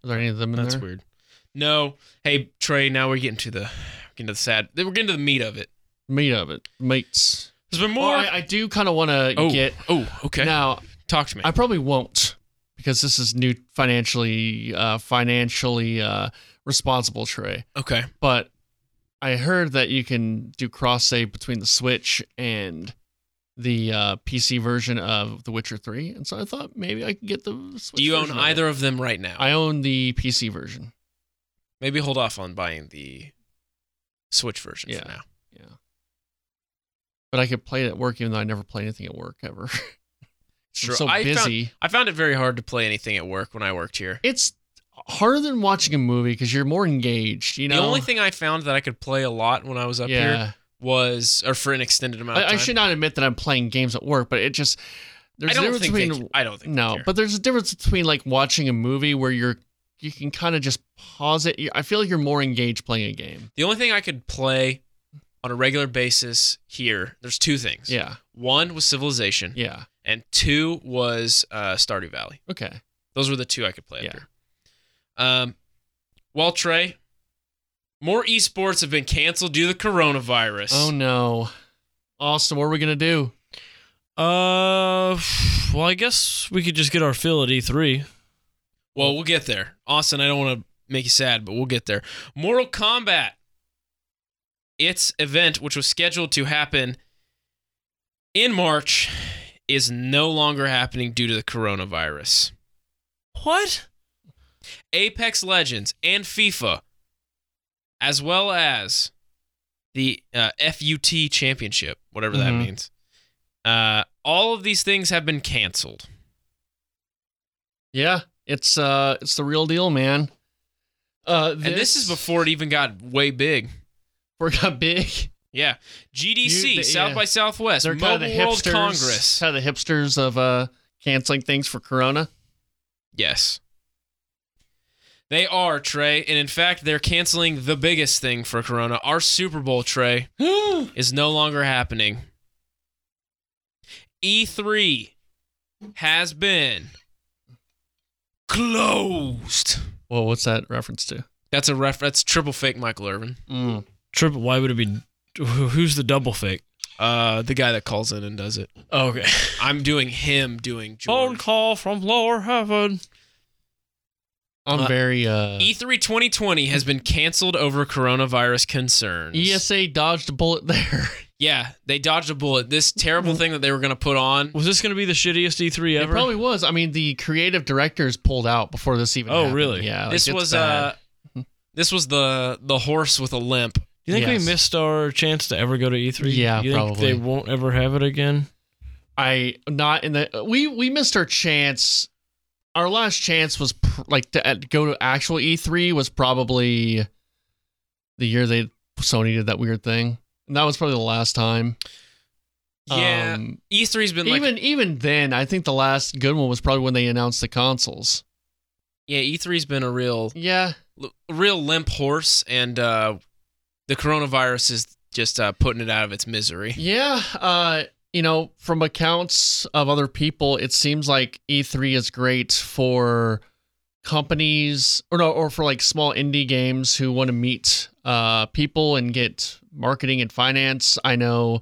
B: Are there any of them in
C: That's
B: there?
C: weird. No, hey Trey. Now we're getting to the getting to the sad. We're getting to the meat of it.
B: Meat of it. Meats.
C: There's been
B: Well,
C: more.
B: Oh, I, I do kind of want to
C: oh,
B: get
C: oh, okay.
B: now.
C: Talk to me.
B: I probably won't because this is new financially uh, financially uh, responsible tray.
C: okay.
B: But I heard that you can do cross save between the Switch and the uh, PC version of The Witcher Three, and so I thought maybe I could get the. Switch
C: Do you own
B: version of it.
C: either of them right now?
B: I own the PC version.
C: Maybe hold off on buying the Switch version
B: Yeah.
C: for now.
B: Yeah. But I could play it at work, even though I never play anything at work ever.
C: Sure.
B: I'm so
C: I
B: busy.
C: Found, I found it very hard to play anything at work when I worked here.
B: It's harder than watching a movie because you're more engaged. You know.
C: The only thing I found that I could play a lot when I was up here
B: yeah.
C: was, or for an extended amount of
B: I,
C: time.
B: I should not admit that I'm playing games at work, but it just there's
C: I
B: a
C: don't
B: difference
C: think they
B: between
C: ca- I don't think they
B: no,
C: care.
B: but there's a difference between like watching a movie where you're you can kind of just pause it. You- I feel like you're more engaged playing a game.
C: The only thing I could play on a regular basis here, there's two things.
B: Yeah,
C: One was Civilization,
B: yeah,
C: and two was uh, Stardew Valley.
B: okay.
C: Those were the two I could play
B: Yeah.
C: up here. Um, well, Trey, more esports have been canceled due to the coronavirus.
B: Oh no, Austin, what are we gonna do?
D: Uh, well, I guess we could just get our fill at E E3.
C: Well, we'll get there. Austin, I don't want to make you sad, but we'll get there. Mortal Kombat. Its event, which was scheduled to happen in March, is no longer happening due to the coronavirus.
D: What?
C: Apex Legends and FIFA, as well as the uh, FUT Championship, whatever that
B: Mhm.
C: means. Uh, all of these things have been canceled.
B: Yeah, it's uh, it's the real deal, man. Uh,
C: And this is before it even got way big.
B: we got big.
C: Yeah, GDC,
B: You- the-
C: South
B: yeah.
C: by Southwest,
B: They're
C: Mobile
B: kind of the
C: World
B: hipsters.
C: Congress.
B: Kind of the hipsters of uh, canceling things for Corona.
C: Yes, they are Trey, and in fact, they're canceling the biggest thing for Corona. Our Super Bowl Trey is no longer happening. E3 has been closed.
B: Well, what's that reference to?
C: That's a ref. That's triple fake, Michael Irvin,
B: Mm.
D: Triple? Why would it be? Who's the double fake?
C: uh, the guy that calls in and does it.
D: Okay.
B: Oh,
C: I'm doing him doing George.
D: Phone call from lower heaven.
B: I'm
C: Uh,
B: very uh
C: E3 2020 has been canceled over coronavirus concerns.
B: ESA dodged E a bullet there.
C: Yeah, they dodged a bullet. This terrible thing that they were going to put on.
D: Was this going to be the shittiest E3
B: It
D: ever?
B: probably was. I mean, the creative directors pulled out before this even.
D: Oh,
B: happened.
D: really?
B: Yeah. like,
C: This
B: it's
C: was
B: bad.
C: uh this was the the horse with a limp.
D: Do you think
B: Yes.
D: we missed our chance to ever go to E3?
B: Yeah,
D: you think
B: probably.
D: They won't ever have it again.
B: I not in the we we missed our chance. Our last chance was pr- like to at, go to actual E3 was probably the year they Sony did that weird thing. And that was probably the last time.
C: Yeah.
B: Um,
C: E3's E been like
B: even even then, I think the last good one was probably when they announced the consoles.
C: yeah, E3's been a real
B: Yeah.
C: l- real limp horse and uh the coronavirus is just uh putting it out of its misery.
B: Yeah, uh, you know, from accounts of other people, it seems like E3 is great for companies or no, or for like small indie games who want to meet uh, people and get marketing and finance. I know,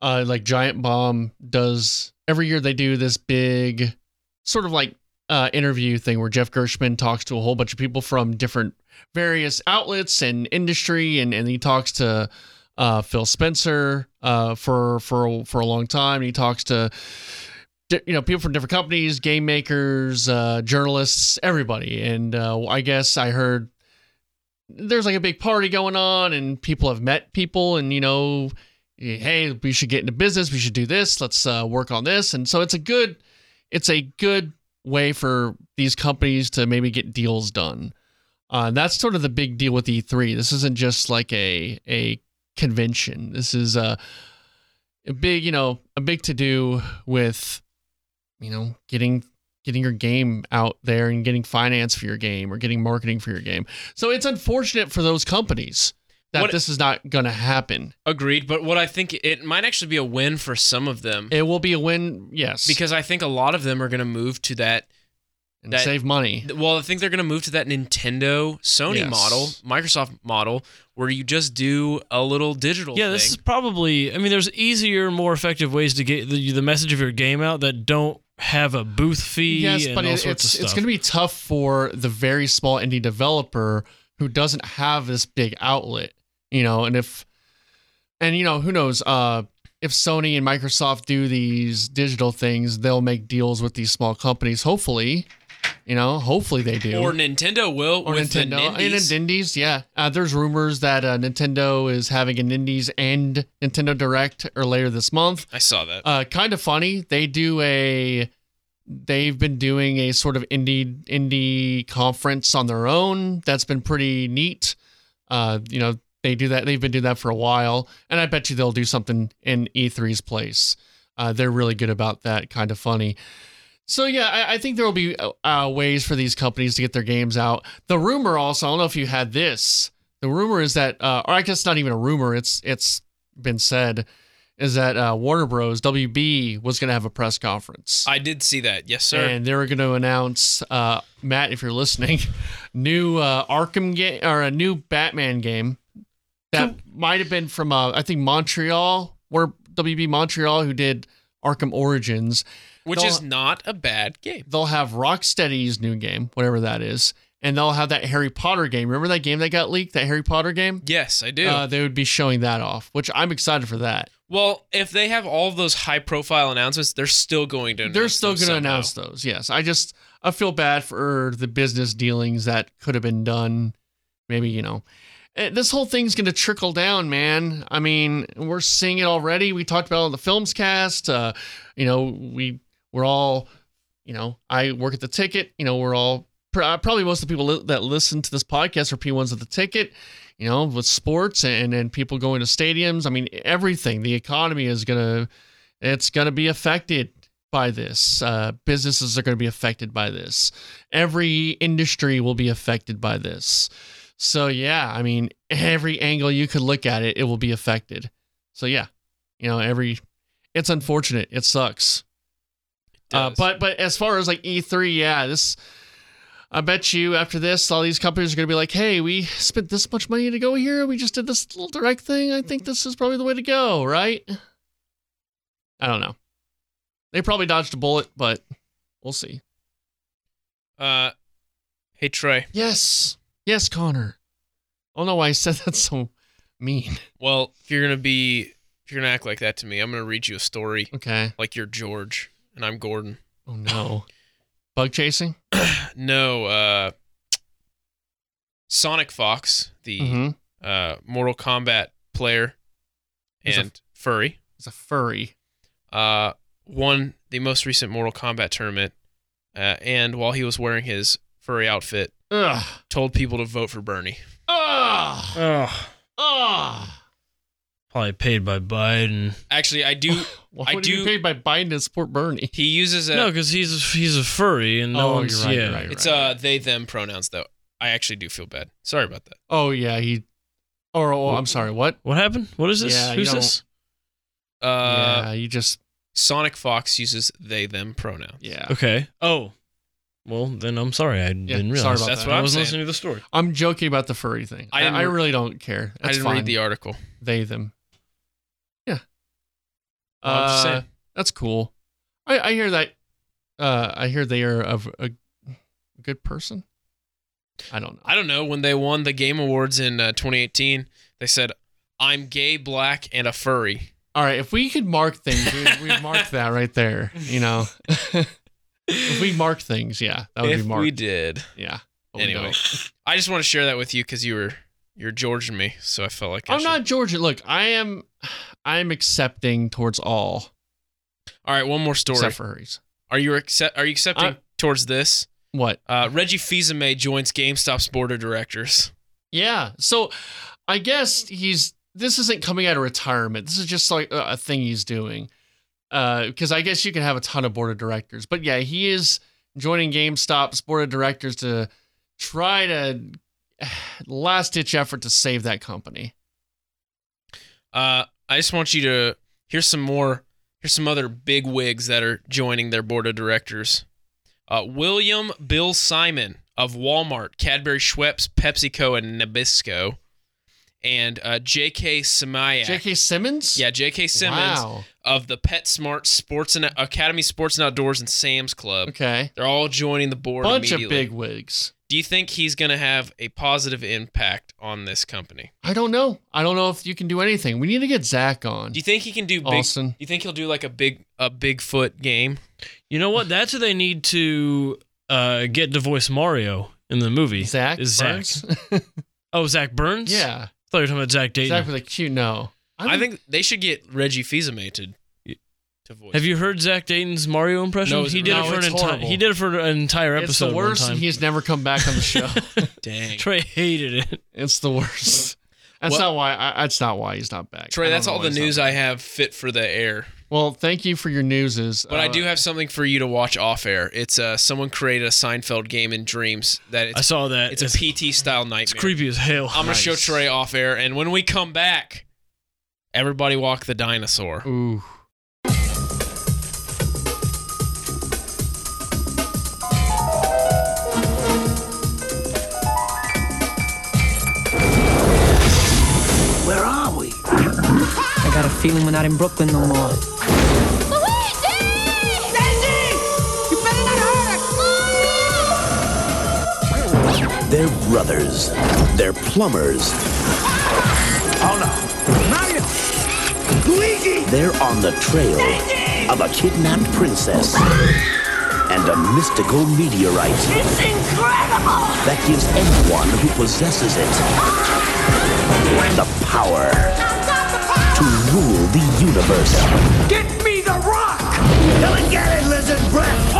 B: uh, like Giant Bomb does every year. They do this big sort of like uh, interview thing where Jeff Gershman talks to a whole bunch of people from different various outlets and industry, and and he talks to uh, Phil Spencer uh, for for for a long time. He talks to di- you know people from different companies, game makers, uh, journalists, everybody. And uh, I guess I heard there's like a big party going on, and people have met people, and you know, hey, we should get into business. We should do this. Let's uh, work on this. And so it's a good it's a good way for these companies to maybe get deals done. Uh, and that's sort of the big deal with E3. This isn't just like a a convention. This is a, a big, you know, a big to do with, you know, getting getting your game out there and getting finance for your game or getting marketing for your game. So it's unfortunate for those companies that
C: What-
B: this is not going to happen.
C: Agreed, but what I think it might actually be a win for some of them
B: It will be a win, yes,
C: because I think a lot of them are going to move to that
B: and
C: that-
B: save money.
C: Well, I think they're going to move to that Nintendo Sony
B: Yes.
C: model, Microsoft model, where you just do a little digital.
D: Yeah, this is
C: thing.
D: probably. I mean, there's easier, more effective ways to get the, the message of your game out that don't have a booth fee
B: Yes,
D: and
B: but
D: all
B: it-
D: sorts
B: it's
D: of stuff.
B: it's going to be tough for the very small indie developer who doesn't have this big outlet, you know. And if and you know who knows, uh, if Sony and Microsoft do these digital things, they'll make deals with these small companies. Hopefully, you know, hopefully they do.
C: or Nintendo will
B: Or
C: with
B: Nintendo
C: the Nindies.
B: and Nindies, yeah. Uh, there's rumors that uh, Nintendo is having a Nindies and Nintendo Direct or later this month
C: I saw that.
B: uh, kind of funny. They do a they've been doing a sort of indie indie conference on their own. That's been pretty neat. Uh, you know, they do that. They've been doing that for a while, and I bet you they'll do something in E3's place. Uh, they're really good about that. Kind of funny. So yeah, I, I think there will be uh, uh, ways for these companies to get their games out. The rumor also, I don't know if you had this. The rumor is that, uh, or I guess not even a rumor. It's it's been said is that uh, Warner Bros. WB was going to have a press conference,
C: I did see that. Yes, sir.
B: and they were going to announce uh, Matt, if you're listening, new uh, Arkham game or a new Batman game that might have been from uh, I think Montreal, where WB Montreal, who did Arkham Origins.
C: Which
B: they'll-
C: is not a bad game.
B: They'll have Rocksteady's new game, whatever that is, and they'll have that Harry Potter game. Remember that game that got leaked, that Harry Potter game?
C: Yes, I do.
B: Uh, they would be showing that off, which I'm excited for that.
C: well, if they have all those high-profile announcements, they're still going to.
B: They're
C: announce
B: still
C: them
B: going to
C: somehow.
B: announce those. Yes, I just I feel bad for the business dealings that could have been done. Maybe you know, Eh, this whole thing's going to trickle down, man. I mean, we're seeing it already. We talked about it on the films cast. Uh, you know, we we're all, you know, I work at the ticket. You know, we're all pr- uh, probably most of the people li- that listen to this podcast are P1s at the ticket. You know, with sports and and people going to stadiums. I mean, everything. The economy is going to it's going to be affected by this. Uh, businesses are going to be affected by this. Every industry will be affected by this. So, yeah, I mean, every angle you could look at it, it will be affected. So, yeah, you know, every, it's unfortunate. It sucks. Uh,
C: does.
B: but, but as far as like E3, yeah, this, I bet you after this, all these companies are going to be like, hey, we spent this much money to go here. We just did this little direct thing. I think this is probably the way to go, right? I don't know. They probably dodged a bullet, but we'll see.
C: Uh, Hey, Trey.
B: Yes. Yes, Connor. I don't know why I said that so mean.
C: Well, if you're gonna be, if you're gonna act like that to me, I'm gonna read you a story
B: Okay.
C: like you're George and I'm Gordon.
B: Oh no. Bug chasing?
C: No, uh, Sonic Fox, the
B: Mm-hmm.
C: uh, Mortal Kombat player
B: He's a-
C: and furry,
B: It's a furry.
C: uh, won the most recent Mortal Kombat tournament. Uh, and while he was wearing his furry outfit,
B: Ugh.
C: told people to vote for Bernie.
B: Ugh.
E: Oh,
B: Ugh.
E: probably paid by Biden.
C: Actually, I do.
B: Why
C: I
B: would he
C: do-
B: be paid by Biden to support Bernie?
C: He uses a.
D: No, because he's he's a furry and no
B: oh,
D: one's
B: you're right,
D: yeah.
B: you're right, you're
C: it's
B: right.
C: uh they them pronouns though. I actually do feel bad. Sorry about that.
B: Oh yeah, he. Or oh, I'm sorry. What?
D: What happened? What is this?
B: Yeah, you
D: Who's
B: don't-
D: this?
C: Uh,
B: yeah, you just
C: Sonic Fox uses they them pronoun.
B: yeah.
D: Okay. Oh. Well, then I'm sorry. I didn't
B: sorry
D: realize.
B: about
C: That's
B: that.
C: what
D: I
C: I'm
D: wasn't
C: saying.
D: listening to the story.
B: I'm joking about the furry thing.
C: I
B: I,
C: didn't-
B: I really don't care. That's
C: I didn't
B: fine.
C: read the article.
B: they them. Yeah.
C: Well, I'm just saying.
B: Uh, that's cool. I, I hear that. Uh, I hear they are of a good person. I don't know.
C: I don't know when they won the Game Awards in uh, 2018. They said, "I'm gay, black, and a furry."
B: All right, if we could mark things, we, we marked that right there. You know, if we mark things, yeah, that would
C: if
B: be marked.
C: we did,
B: yeah. But we
C: anyway,
B: don't.
C: Oh, I just want to share that with you because you were you're George and me, so I felt like I
B: I'm
C: should-
B: not Georgia. Look, I am. I am accepting towards all
C: All right, one more story.
B: except for hers.
C: are you accept? Are you accepting
B: I-
C: towards this?
B: What?
C: Uh, Reggie Fils-Aimé joins GameStop's board of directors.
B: Yeah. So I guess he's this isn't coming out of retirement. This is just like a a thing he's doing. Because I guess you can have a ton of board of directors. But yeah, he is joining GameStop's board of directors to try to last ditch effort to save that company.
C: Uh, I just want you to here's some more. Here's some other big wigs that are joining their board of directors. Uh, William Bill Simon of Walmart, Cadbury Schweppes, PepsiCo, and Nabisco, and uh, J.K. Samayak.
B: J.K. Simmons?
C: Yeah, J.K. Simmons
B: Wow.
C: of the PetSmart Sports and Academy Sports and Outdoors and Sam's Club.
B: Okay.
C: They're all joining the board.
B: Bunch of
C: immediately.
B: big wigs.
C: Do you think he's going to have a positive impact on this company?
B: I don't know. I don't know if you can do anything. We need to get Zach on.
C: Do you think he can do big?
B: Austin.
C: You think he'll do like a big a Bigfoot game?
D: You know what? That's who they need to uh, get to voice Mario in the movie.
B: Zach?
D: is Zach.
B: Burns?
D: Oh, Zach Burns. I
B: yeah.
D: thought you were talking about Zach Dayton.
B: Zach with a cute no.
C: I, think they should get Reggie Fils-Aimé to, to voice.
D: Have you heard Zach Dayton's Mario impression?
C: No, is
D: he
C: it
D: did it
C: really-
D: for
B: No,
D: an
B: it's
D: entire.
B: horrible.
D: He did it for an entire episode.
B: It's the
D: one
B: worst,
D: time.
B: and he's never come back on the show.
C: Dang. Trey,
D: Trey hated it.
B: it's the worst. That's
C: Well-
B: not why. I, that's not why he's not back. I don't
C: that's
B: know
C: all
B: why
C: the
B: he's not
C: news
B: back.
C: I have fit for the air.
B: well, thank you for your uh, newses.
C: But I do have something for you to watch off air. It's uh someone created a Seinfeld game in dreams that
D: I
C: it's
D: saw that.
C: it's a PT style nightmare.
D: It's creepy as hell.
C: I'm gonna show
B: Nice.
C: Trey off air, and when we come back, everybody walk the dinosaur.
B: Ooh.
H: Where are we? I got a feeling we're not in Brooklyn no more.
I: Luigi! Daisy! You better not hurt her!
J: They're brothers. They're plumbers.
H: Mario! Luigi!
J: They're on the trail of a kidnapped princess and a mystical meteorite
I: It's incredible!
J: that gives anyone who possesses it the power
I: I've got the power!
J: to rule the universe.
H: Get me the rock!
J: Come and get it, lizard breath!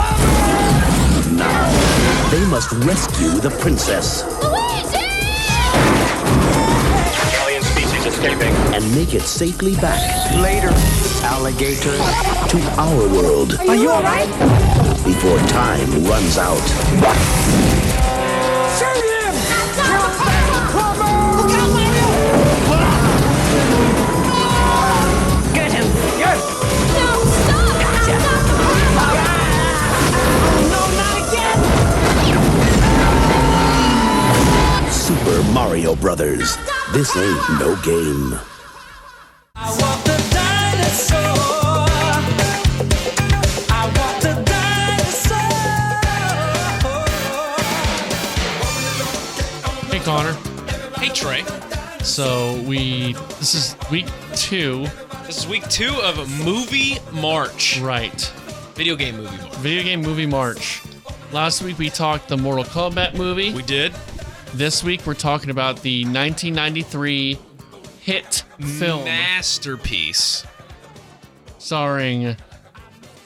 J: Now, they must rescue the princess
I: Luigi!
J: alien species escaping and make it safely back
H: Later.
J: alligator to our world
I: Are you alright?
J: before time runs out.
H: Shoot him!
I: I've got the power! Look out, Mario!
H: Get him! Yes!
I: No, stop! I've got the power! No, not again!
J: Super Mario Brothers. This ain't no game.
H: I want the dinosaur! I want the dinosaur!
C: Trey.
B: So we this is week two,
C: This is week two of Movie March,
B: right?
C: video game Movie March.
B: Video game movie March. Last week we talked the Mortal Kombat movie.
C: We did
B: This week we're talking about the 1993 hit film
C: masterpiece.
B: starring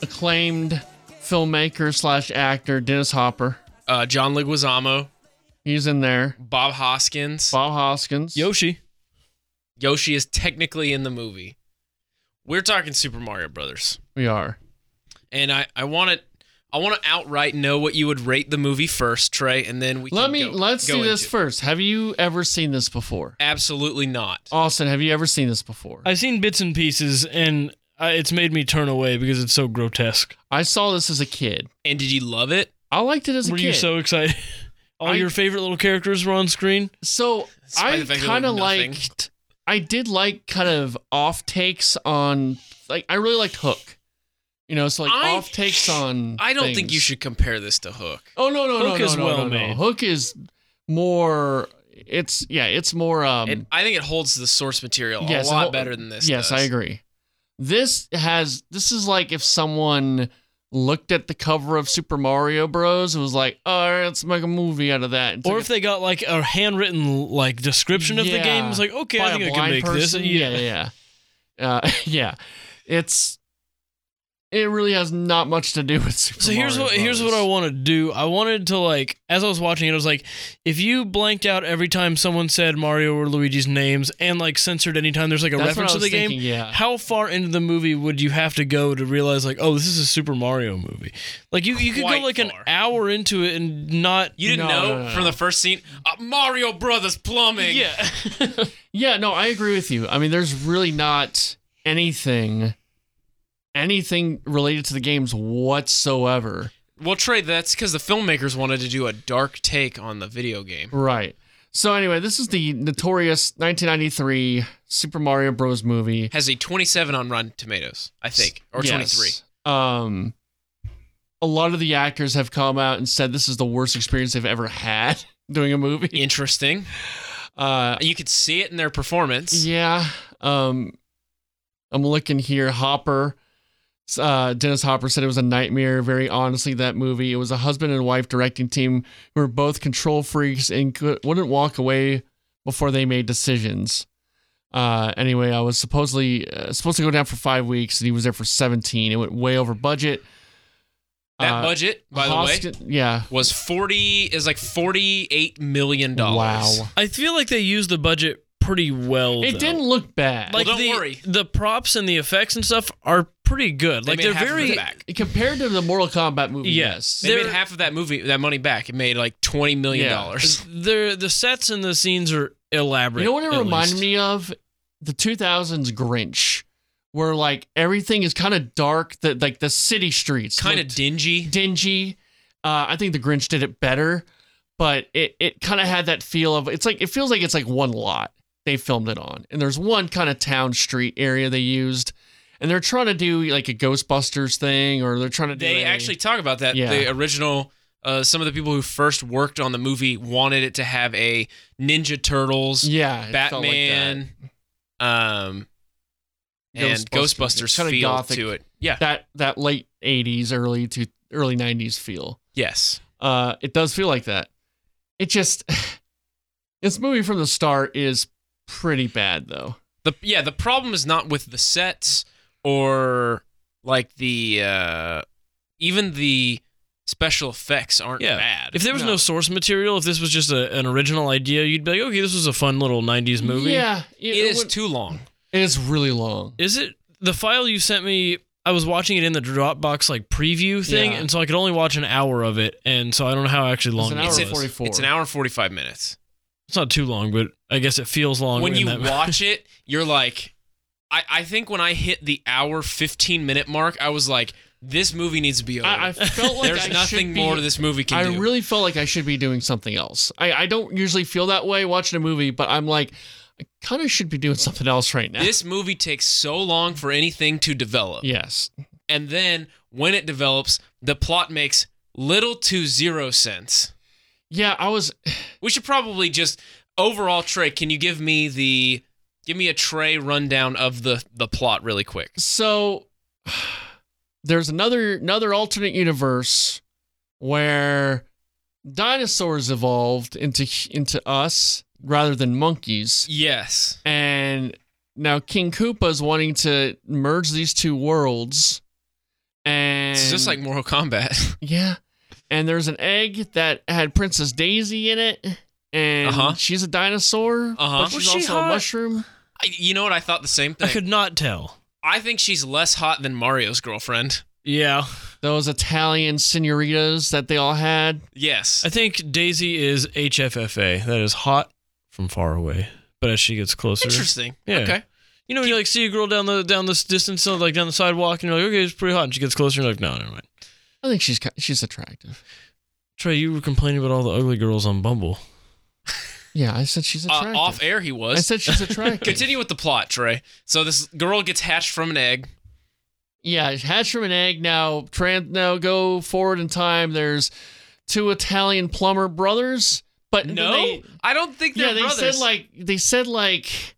B: acclaimed filmmaker slash actor Dennis Hopper.
C: Uh, John Leguizamo,
B: He's in there.
C: Bob Hoskins,
B: Bob Hoskins.
D: Yoshi.
C: Yoshi is technically in the movie. We're talking Super Mario Brothers,
B: We are.
C: and I I want to I want to outright know what you would rate the movie first, Trey, and then we
B: Let
C: can
B: me
C: go-
B: let's
C: go
B: do this
C: into it.
B: first. Have you ever seen this before?
C: Absolutely not.
B: Austin, have you ever seen this before? I,
D: I've seen bits and pieces, and I, it's made me turn away because it's so grotesque.
B: saw this as a kid.
C: And did you love it?
B: I liked it as a
D: Were
B: kid.
D: you so excited? All
B: I-
D: your favorite little characters were on screen.
B: So
C: Despite
B: I
C: the fact that it
B: kind of
C: looked nothing.
B: liked. I did like kind of off takes on like I really liked Hook. You know, so like
C: I-
B: off takes on.
C: I don't think you
B: things.
C: should compare this to Hook.
B: Oh no no no
D: Hook
B: no
D: is
B: no,
D: well
B: no, no.
D: made.
B: Hook is more. It's yeah. It's more. Um,
C: It, I think it holds the source material
B: yes,
C: a lot
B: Hook-
C: better than this.
B: Yes, I
C: does.
B: agree. This has. This is like if someone looked at the cover of Super Mario Bros. and was like, "All right, let's make a movie out of that." It's
D: Or
B: like
D: if they got like a handwritten like description of the
B: Yeah.
D: game, it's like okay,
B: by
D: I
B: a
D: think I can
B: blind
D: make
B: person.
D: this. Yeah.
B: yeah, yeah, yeah. Uh, yeah. It's it really has not much to do with Super
D: So here's
B: Mario
D: what here's what
B: Brothers.
D: I want to do. I wanted to like as I was watching it, I was like, if you blanked out every time someone said Mario or Luigi's names, and like censored anytime there's like a
B: That's what
D: reference
B: I
D: to
B: was
D: the game,
B: thinking, yeah.
D: how far into the movie would you have to go to realize like, oh, this is a Super Mario movie? Like you, you could
C: Quite
D: go like an
C: far.
D: hour into it and not.
C: You didn't
B: No,
C: know
B: no, no,
C: from the first scene, uh, Mario Brothers plumbing.
D: yeah.
B: Yeah, no, I agree with you. I mean, there's really not anything anything related to the games whatsoever.
C: Well, Trey, that's because the filmmakers wanted to do a dark take on the video game.
B: Right. So anyway, this is the notorious 1993 Super Mario Bros movie.
C: Has a 27 on Rotten Tomatoes, I think, or
B: Yes.
C: 23.
B: Um a lot of the actors have come out and said this is the worst experience they've ever had doing a movie.
C: Interesting.
B: Uh
C: You could see it in their performance.
B: Yeah. Um, I'm looking here. Hopper, uh, Dennis Hopper said it was a nightmare. Very honestly, that movie. It was a husband and wife directing team who were both control freaks and could, wouldn't walk away before they made decisions. Uh, anyway, I was supposedly uh, supposed to go down for five weeks, and he was there for 17. It went way over budget.
C: That
B: Uh,
C: budget, by the way,
B: Hoskin- yeah.
C: was 40 is like 48 million dollars.
B: Wow.
D: I feel like they used the budget pretty well.
B: It
D: though.
B: didn't look bad.
D: Like
C: don't
D: the,
C: worry.
D: the props and the effects and stuff are pretty good.
C: They
D: like
C: made
D: they're
C: half of
D: very
C: it back.
B: compared to the Mortal Kombat movie.
D: Yes.
C: They made
D: They're-
C: half of that movie, that money back. It made like 20 million
B: Yeah.
C: dollars.
D: They're, the sets and the scenes are elaborate.
B: You know what it
D: at
B: reminded
D: least.
B: me of? The 2000s Grinch, where like everything is kind of dark. That like the city streets
C: Kind of
B: looked
C: dingy.
B: dingy. Uh, I think the Grinch did it better, but it it kind of had that feel of it's like it feels like it's like one lot they filmed it on, and there's one kind of town street area they used, and they're trying to do like a Ghostbusters thing, or they're trying to do
C: They
B: a-
C: actually talk about that.
B: Yeah.
C: The original, uh, some of the people who first worked on the movie wanted it to have a Ninja Turtles,
B: yeah it felt like that.
C: Batman, um, and Ghostbusters,
B: It's kinda
C: feel
B: gothic.
C: to it. Yeah.
B: that that late 80s early to early 90s feel.
C: yes.
B: uh, it does feel like that. It just this movie from the start is pretty bad though.
C: The yeah. The problem is not with the sets or like the uh, even the special effects aren't
D: Yeah.
C: bad.
D: If there was no,
B: No.
D: source material, if this was just a, an original idea, you'd be like, okay, this was a fun little 90s movie.
B: Yeah,
C: it is too long.
B: it is really long.
D: Is it the file you sent me? I was watching it in the Dropbox like preview thing,
B: Yeah.
D: and so I could only watch an hour of it, and so I don't know how actually long
B: an
D: it
B: hour
D: is.
B: and 40 44.
C: It's an hour and forty five minutes.
D: It's not too long, but I guess it feels long
C: when
D: in
C: you
D: that-
C: watch it, you're like, I, I think when I hit the hour 15 minute mark, I was like, this movie needs to be over.
B: I, I felt like
C: There's
B: I
C: nothing
B: should be-
C: more this movie can
B: I
C: do.
B: really felt like I should be doing something else. I, I don't usually feel that way watching a movie, but I'm like, I kind of should be doing something else right now.
C: this movie takes so long for anything to develop.
B: yes,
C: And then when it develops, the plot makes little to zero sense.
B: yeah, I was.
C: We should probably just overall, Trey, can you give me the give me a Trey rundown of the the plot really quick?
B: So there's another another alternate universe where dinosaurs evolved into into us rather than monkeys.
C: Yes.
B: And now King Koopa's wanting to merge these two worlds. And
C: It's just like Mortal Kombat.
B: yeah. And there's an egg that had Princess Daisy in it. And
C: Uh-huh.
B: she's a dinosaur.
C: Uh-huh.
B: But she's
C: Was
D: she
B: also
D: hot?
B: a mushroom.
C: I, you know what? I thought the same
D: I
C: thing. I,
D: could not tell.
C: think she's less hot than Mario's girlfriend.
D: Yeah.
B: Those Italian senoritas that they all had.
C: Yes.
D: I think Daisy is HFFA. That is hot from far away. But as she gets closer,
C: Interesting.
D: Yeah.
C: Okay.
D: you know, when you like see a girl down the down this distance, so, like down the sidewalk, and you're like, okay, it's pretty hot. And she gets closer, and you're like, no, never mind.
B: I think she's ki- she's attractive.
D: Trey, you were complaining about all the ugly girls on Bumble.
B: Yeah, I said she's
C: Uh,
B: attractive.
C: off air, he was.
B: I said she's attractive.
C: Continue with the plot, Trey. So this girl gets hatched from an egg.
B: Yeah, hatch from an egg. Now, tran- now go forward in time. There's two Italian plumber brothers, but
C: No,
B: they,
C: I don't think they're
B: yeah, they said
C: brothers.
B: like they said like,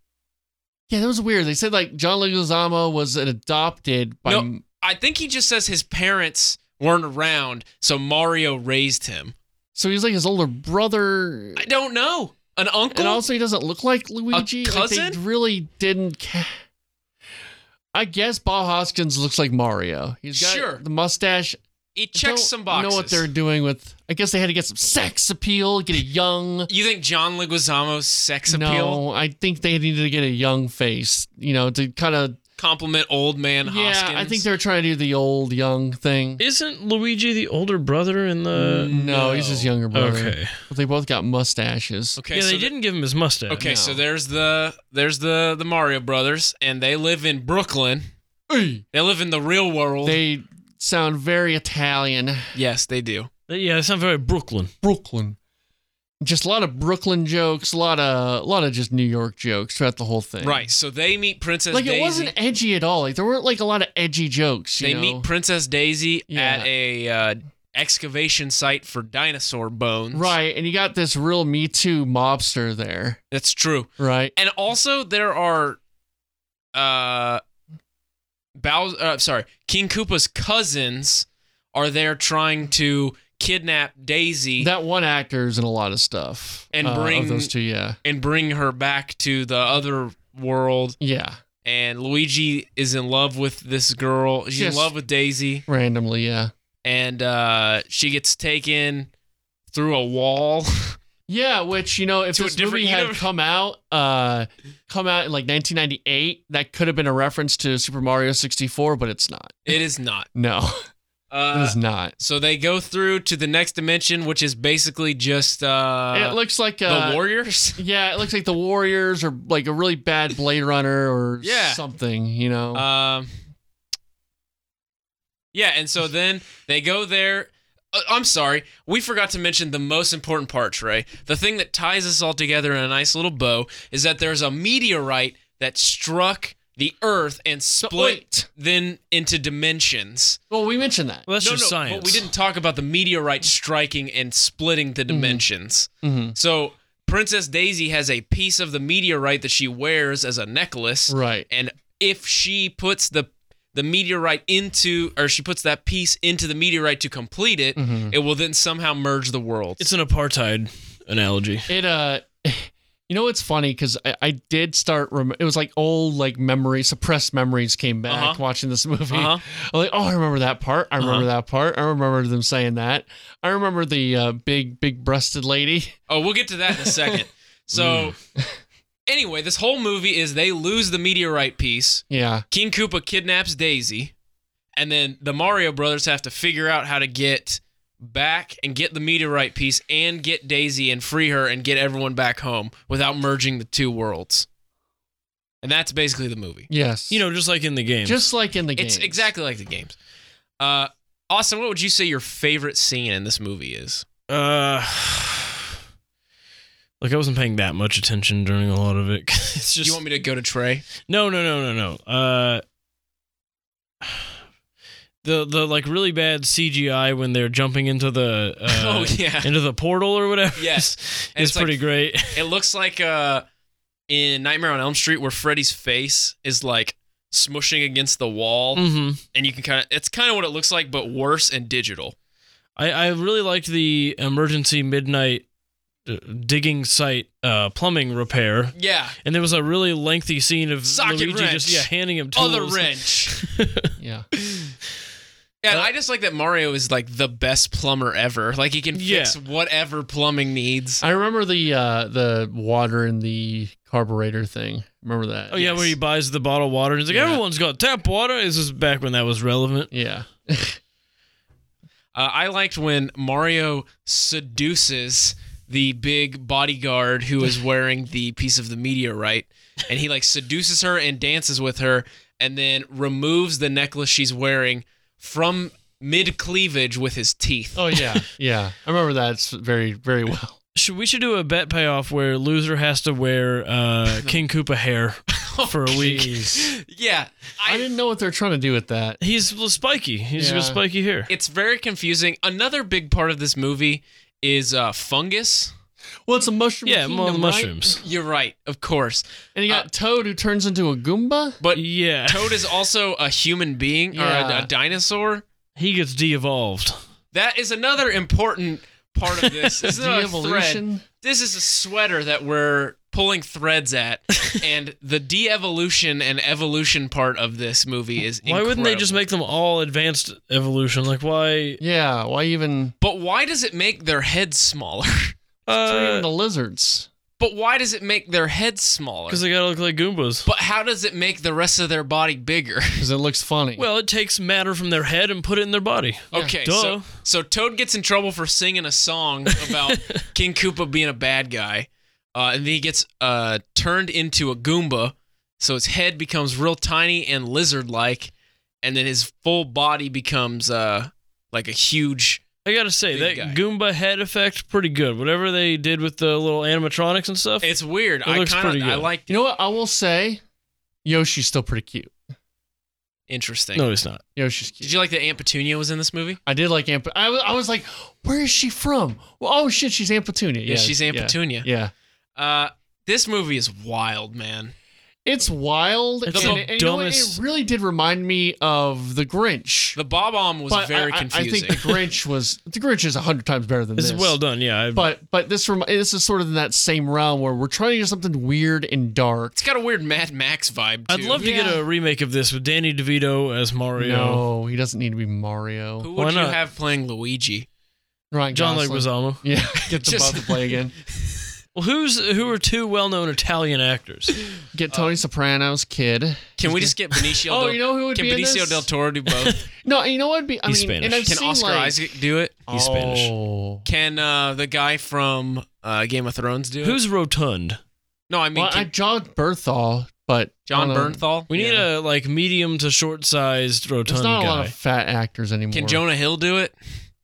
B: yeah, that was weird. They said like John Leguizamo was adopted by.
C: no, I think he just says his parents weren't around, so Mario raised him.
B: So he's like his older brother,
C: I don't know. An uncle?
B: and also he doesn't look like Luigi. Like, they
C: cousin?
B: really didn't. Ca- I guess Bob Hoskins looks like Mario. He's got
C: Sure.
B: the mustache.
C: it checks
B: Don't
C: some boxes.
B: Know what they're doing with? I guess they had to get some sex appeal, get a young.
C: You think John Leguizamo's sex appeal
B: No, I think they needed to get a young face, you know, to kind of.
C: compliment old man
B: Yeah,
C: Hoskins?
B: I think they're trying to do the old young thing. Uh,
D: Isn't Luigi the older brother in the?
C: Mm,
B: no, he's his younger brother.
D: Okay.
B: But they both got mustaches.
C: okay.
D: yeah,
C: so
D: they
C: the-
D: didn't give him his mustache.
C: Okay, so there's the there's the the Mario brothers, and they live in Brooklyn.
B: Hey.
C: They live in the real world.
B: They sound very Italian.
C: yes, they do.
D: Yeah, it sounds very Brooklyn.
B: Brooklyn. Just a lot of Brooklyn jokes, a lot of a lot of just New York jokes throughout the whole thing.
C: Right. So they meet Princess
B: Like
C: Daisy.
B: it wasn't edgy at all. Like there weren't like a lot of edgy jokes. You
C: they
B: know?
C: meet Princess Daisy
B: Yeah.
C: at a uh, excavation site for dinosaur bones.
B: right, and you got this real Me Too mobster there.
C: That's true.
B: Right.
C: And also there are uh Bowser uh, sorry, King Koopa's cousins are there trying to kidnap Daisy
B: That one actor's in a lot of stuff.
C: And
B: uh, of
C: bring-
B: those two, yeah.
C: and bring her back to the other world
B: Yeah.
C: and Luigi is in love with this girl. She's
B: Yes.
C: in love with Daisy
B: Randomly, yeah.
C: and uh she gets taken through a wall.
B: Yeah, which you know, if
C: To a
B: this
C: different
B: movie had
C: universe.
B: come out, uh, come out in like 1998, that could have been a reference to Super Mario 64, but it's not.
C: it is not.
B: No,
C: Uh,
B: it is not.
C: So they go through to the next dimension, which is basically just uh,
B: it looks like
C: the
B: uh,
C: Warriors.
B: Yeah, it looks like the Warriors or like a really bad Blade Runner or
C: Yeah.
B: something. You know,
C: Um, yeah, and so then they go there. Uh, I'm sorry, we forgot to mention the most important part, Trey. The thing that ties us all together in a nice little bow is that there's a meteorite that struck the Earth and split
B: wait.
C: then into dimensions.
B: well, we mentioned that.
D: Well, that's
C: no,
D: just
C: no,
D: science.
C: But we didn't talk about the meteorite striking and splitting
D: Mm-hmm.
C: the dimensions.
B: Mhm.
C: So Princess Daisy has a piece of the meteorite that she wears as a necklace.
B: Right.
C: And if she puts the the meteorite into or she puts that piece into the meteorite to complete it, it will then somehow merge the worlds.
D: It's an apartheid analogy.
B: It uh, you know, it's funny because I, I did start. Rem- it was like old like memory suppressed memories came back
C: Uh-huh.
B: watching this movie.
C: Uh-huh.
B: I'm like, oh, I remember that part. I
D: Uh-huh.
B: remember that part. I remember them saying that. I remember the uh, big big breasted lady.
C: oh, we'll get to that in a second. So anyway, this whole movie is they lose the meteorite piece.
B: Yeah.
C: King Koopa kidnaps Daisy, and then the Mario brothers have to figure out how to get back and get the meteorite piece and get Daisy and free her and get everyone back home without merging the two worlds. And that's basically the movie.
B: Yes.
D: You know, just like in the game.
B: just like in the game.
C: It's exactly like the games. Uh, Austin, what would you say your favorite scene in this movie is?
D: Uh, like I wasn't paying that much attention during a lot of it. it's
C: Do
D: just
C: you want me to go to Trey?
D: no, no, no, no, no. Uh, the the like really bad CGI when they're jumping into the uh,
C: Oh, yeah.
D: into the portal or whatever.
C: Yes. And
D: it's,
C: like-
D: pretty great.
C: It looks like uh, in Nightmare on Elm Street where Freddy's face is like smushing against the wall,
D: Mhm.
C: and you can kind of it's kind of what it looks like, but worse and digital.
D: I I really liked the emergency midnight uh, digging site uh, plumbing repair.
C: Yeah.
D: And there was a really lengthy scene of
C: Socket
D: Luigi
C: wrench.
D: just yeah handing him tools.
C: Other wrench.
B: Yeah.
C: And I just like that Mario is like the best plumber ever. Like he can fix
D: Yeah.
C: whatever plumbing needs.
B: I remember the uh, the water in the carburetor thing. Remember that?
D: Oh yeah, where he buys the bottle of water and he's like, everyone's got tap water. This is back when that was relevant.
B: Yeah.
C: Uh, I liked when Mario seduces the big bodyguard who is wearing the piece of the meteorite, and he like seduces her and dances with her, and then removes the necklace she's wearing from mid cleavage with his teeth.
B: Oh yeah. yeah. I remember that s- very very well.
D: Should we should do a bet payoff where loser has to wear uh, King Koopa hair
B: Oh,
D: for a week?
C: Yeah,
B: I, didn't know what they're trying to do with that.
D: He's l- spiky. He's
B: Yeah.
D: got spiky hair.
C: it's very confusing. Another big part of this movie is uh, fungus.
B: Well, it's a mushroom.
D: yeah,
B: kingdom,
D: more
B: right?
D: mushrooms.
C: You're right, of course.
B: And you
C: Uh,
B: got Toad who turns into a Goomba.
C: But
D: Yeah,
C: Toad is also a human being or a-
B: Yeah.
C: a dinosaur.
D: he gets de-evolved.
C: That is another important part of this. This is another thread.
B: De-evolution?
C: This is a sweater that we're pulling threads at, and the de-evolution and evolution part of this movie is.
D: Why wouldn't they just
C: incredible.
D: make them all advanced evolution? Like why?
B: Yeah. Why even?
C: But why does it make their heads smaller?
B: Or even
D: Because
B: the lizards.
C: But why does it make their heads smaller?
D: they gotta look like Goombas.
C: But how does it make the rest of their body bigger?
B: Because it looks funny.
D: Well, it takes matter from their head and put it in their body.
C: Okay, so
D: Duh.
C: so Toad gets in trouble for singing a song about King Koopa being a bad guy, uh, and then he gets uh, turned into a Goomba, so his head becomes real tiny and lizard-like, and then his full body becomes uh, like a huge.
D: I gotta say that
C: Big guy.
D: Goomba head effect pretty good. Whatever they did with the little animatronics and stuff.
C: It's weird.
D: It
C: I
D: looks
C: kind
D: pretty
C: of I
D: good.
C: like
B: you know what? I will say, Yoshi's still pretty cute.
C: interesting.
D: no, it's not.
B: Yoshi's cute.
C: Did you like that Aunt Petunia was in this movie?
B: I did like Amp. I, wa- I was like, where is she from? Well, oh shit, she's Aunt Petunia.
C: Yeah, she's Aunt
B: yeah,
C: Petunia.
B: Yeah.
C: Uh, this movie is wild, man.
B: It's wild.
D: It's
B: and,
D: the
B: and you know what?
D: dumbest-
B: it really did remind me of The Grinch.
C: The Bob Omb was
B: But
C: very
B: I- I,
C: confusing.
B: I think The Grinch was The Grinch is hundred times better than
D: It's
B: this.
D: well done. Yeah, I,
B: But but this rem- this is sort of in that same realm where we're trying to do something weird and dark.
C: it's got a weird Mad Max vibe. Too.
D: I'd love to
B: Yeah.
D: get a remake of this with Danny DeVito as Mario.
B: No, he doesn't need to be Mario.
C: Who
D: Why
C: would you
D: not?
C: have playing Luigi?
B: Ryan
D: John
B: Gosling.
D: Leguizamo.
B: Yeah, get them
C: Just-
B: both to play again.
D: Well, who's who are two well-known Italian actors?
B: Get Tony Soprano's kid.
C: Can we just get Benicio?
B: Oh,
C: del,
B: you know who would
C: can
B: be in
C: Benicio
B: this?
C: del Toro do both?
B: No, you know what? would Be I
D: He's
B: mean, and
D: Spanish.
B: I've
C: Can
B: seen,
C: Oscar
B: like,
C: Isaac do it?
D: He's Spanish.
B: Oh.
C: Can uh, the guy from uh, Game of Thrones do it?
D: Who's rotund?
C: no? I mean,
B: well, I,
C: can
B: John Bernthal, but
C: John
B: I don't know.
C: Bernthal.
D: We need a like medium to short-sized
B: There's
D: rotund
B: not a
D: guy.
B: lot of fat actors anymore.
C: Can Jonah Hill do it?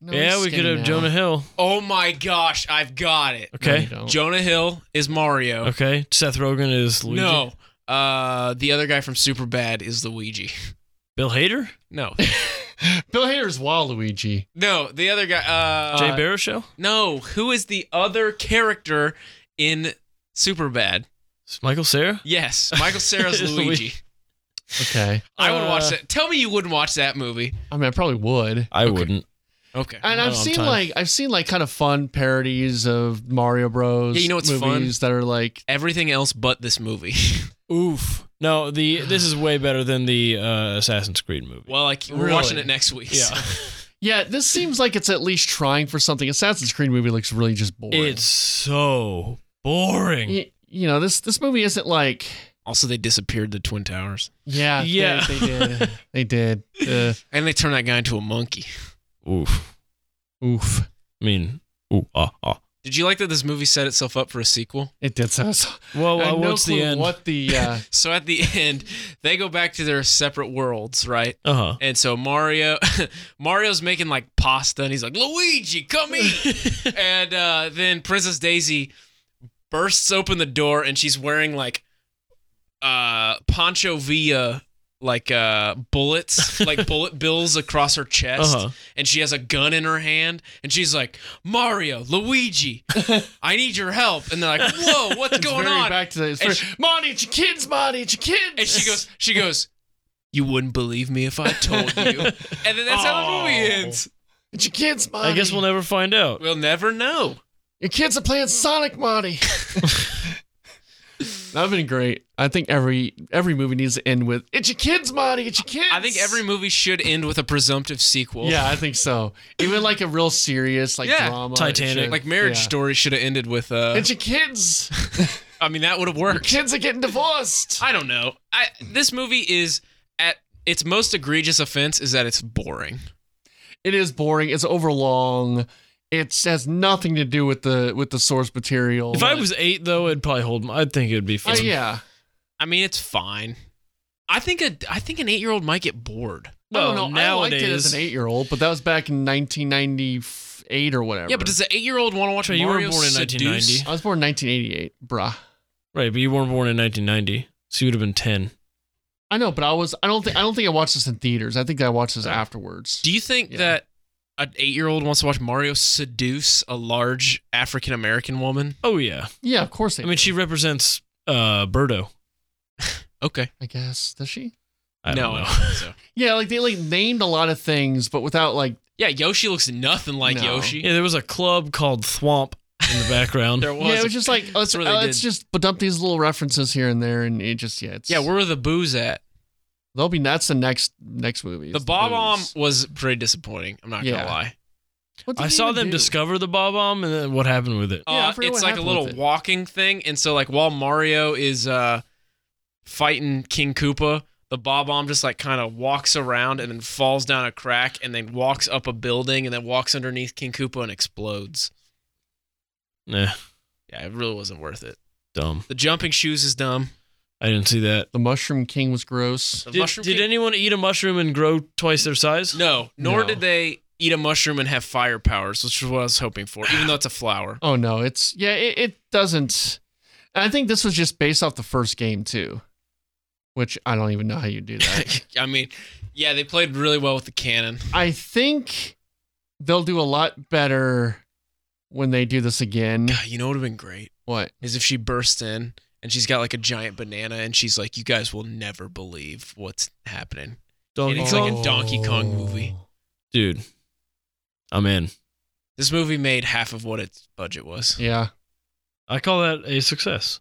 B: No,
D: yeah,
B: he's
D: we could
B: skinny
D: have
B: now.
D: Jonah Hill.
C: Oh my gosh, I've got it.
B: No,
D: Okay.
B: you don't.
C: Jonah Hill is Mario.
D: Okay. Seth Rogen is Luigi.
C: No, uh, the other guy from Superbad is Luigi.
D: Bill Hader?
C: No,
B: Bill Hader's Waluigi.
C: no, the other guy. Uh,
D: Jay Baruchel?
C: No, who is the other character in Superbad?
D: Michael Sarah?
C: Yes, Michael Sarah's
D: It's
C: Luigi.
B: Okay,
C: I would watch
D: Uh,
C: that. Tell me you wouldn't watch that movie.
B: I mean, I probably would.
D: I wouldn't.
C: Okay.
B: And
D: Not
B: I've
D: on
B: seen
D: time.
B: like I've seen like kind of fun parodies of Mario Bros.
C: Yeah, you know what's fun?
B: movies that are like
C: Everything else but this movie.
D: Oof. No, the this is way better than the uh, Assassin's Creed movie.
C: well, like we're
B: Really?
C: watching it next week.
D: Yeah.
B: yeah. This seems like it's at least trying for something. Assassin's Creed movie looks really just boring.
D: It's so boring.
B: Y- you know this this movie isn't like
C: Also, they disappeared the Twin Towers.
B: yeah they-
D: Yeah.
B: they, did they did uh,
C: And they turned that guy into a monkey.
D: Oof.
B: oof
D: I mean, ooh, ah, ah.
C: Did you like that this movie set itself up for a sequel?
B: it did sound so
C: Oh,
D: Well,
B: I
D: uh,
B: had no
D: what's the
B: clue
D: end?
B: What the uh,
C: So at the end, they go back to their separate worlds, right?
D: Uh huh.
B: Uh-huh.
C: And so Mario, Mario's making like pasta, and he's like, "Luigi, come eat." and uh, then Princess Daisy bursts open the door, and she's wearing like uh Pancho Villa like uh, bullets, like bullet bills across her chest,
D: Uh-huh.
C: and she has a gun in her hand, and she's like, "Mario, Luigi, I need your help." And they're like, "Whoa, what's going
B: very
C: on?"
B: back to the- it's
C: and,
B: very-
C: she,
B: Monty, it's your kids, Monty, it's your kids.
C: and she goes, "She goes, you wouldn't believe me if I told you." and then that's how the movie ends.
B: It's your kids, Monty.
D: I guess we'll never find out.
C: We'll never know.
B: Your kids are playing Sonic, Monty. That'd been great. I think every every movie needs to end with "It's your kids, Monty. It's your kids."
C: I think every movie should end with a presumptive sequel.
B: yeah, I think so. Even like a real serious like
C: Yeah.
B: drama, it
D: Titanic.
B: should-
C: Like Marriage
B: yeah.
C: Story should have ended with uh
B: It's your kids.
C: I mean that would have worked.
B: kids are getting divorced.
C: I don't know. I this movie is at its most egregious offense is that it's boring.
B: It is boring. It's overlong. It has nothing to do with the with the source material.
D: If I was eight, though, it'd probably hold. My, I'd think it'd be
B: Uh,
D: fun.
B: yeah,
C: I mean, it's fine. I think a I think an 8-year-old might get bored.
B: I
D: Well,
B: don't know. I liked it as
D: nowadays-
B: an eight year old, but that was back in 1998 or whatever.
C: Yeah, but does the 8-year-old want to watch
D: Trey, you were
C: Mario
D: born in
C: seduce?
D: 1990.
B: I was born in 1988, bruh.
D: Right, but you weren't born in 1990, so you'd have been 10.
B: I know, but I was. I don't think. I don't think I watched this in theaters. I think I watched this afterwards.
C: Do you think
B: Yeah.
C: that an 8-year-old wants to watch Mario seduce a large African American woman?
D: Oh yeah,
B: yeah, of course. They
D: I mean she represents uh Birdo.
C: Okay.
B: I guess does she?
D: I
C: no.
D: don't
C: I
D: know.
C: don't think so.
B: Yeah, like they like named a lot of things, but without like.
C: Yeah, Yoshi looks nothing like
B: No.
C: Yoshi.
D: Yeah, there was a club called Thwomp in the background.
C: There was.
B: yeah, it was just like let's,
C: That's what
B: uh,
C: they
B: let's
C: did.
B: just dump these little references here and there, and it just yeah. It's,
C: yeah, where were the boos at?
B: they'll be that's the next next movie. is
C: The bomb bomb
B: booze.
C: was pretty disappointing. I'm not
B: Yeah.
C: gonna lie.
B: What did
D: I
B: they
D: saw
B: even Oh.
D: them
B: do?
D: discover the bob bomb, and then what happened with it?
B: Yeah, I
C: Uh,
B: forget
C: it's
B: what
C: like a
B: happened
C: little
B: with it.
C: walking thing, and so like while Mario is uh fighting King Koopa, the Bob Bomb just like kind of walks around and then falls down a crack and then walks up a building and then walks underneath King Koopa and explodes.
D: Nah,
C: Yeah, it really wasn't worth it.
D: dumb.
C: The jumping shoes is dumb.
D: I didn't see that.
B: The Mushroom King was gross.
C: The
D: Did,
C: mushroom
D: did
C: king-
D: anyone eat a mushroom and grow twice their size?
C: No, nor
B: No.
C: did they eat a mushroom and have fire powers, which is what I was hoping for, even though it's a flower.
B: Oh no, it's yeah, it, it doesn't. I think this was just based off the first game too, which I don't even know how you do that.
C: I mean, yeah, they played really well with the cannon.
B: I think they'll do a lot better when they do this again.
C: God, you know what would have been great?
B: What?
C: is if she bursts in and she's got like a giant banana and she's like, "You guys will never believe what's happening."
D: Donkey
C: And it's
D: Kong?
C: like a Donkey Kong movie.
D: Oh. Dude, I'm in.
C: This movie made half of what its budget was.
B: Yeah.
D: I call that a success.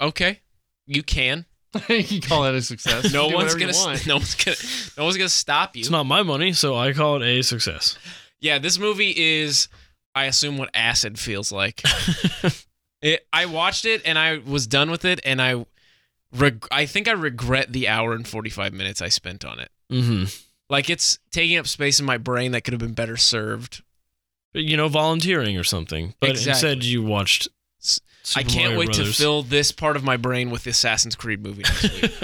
C: Okay, you can.
B: you can call that a success.
C: No
B: You do
C: one's
B: whatever you
C: gonna.
B: want.
C: No one's gonna. No one's gonna stop you.
D: It's not my money, so I call it a success.
C: yeah, this movie is. I assume what acid feels like. it, I watched it and I was done with it, and I, reg- I think I regret the hour and forty five minutes I spent on it.
D: Mm-hmm.
C: Like it's taking up space in my brain that could have been better served
D: You know, volunteering or something. But instead,
C: Exactly.
D: you watched.
C: S-
D: Super
C: I can't
D: Mario
C: wait
D: Brothers.
C: to fill this part of my brain with the Assassin's Creed movie next week.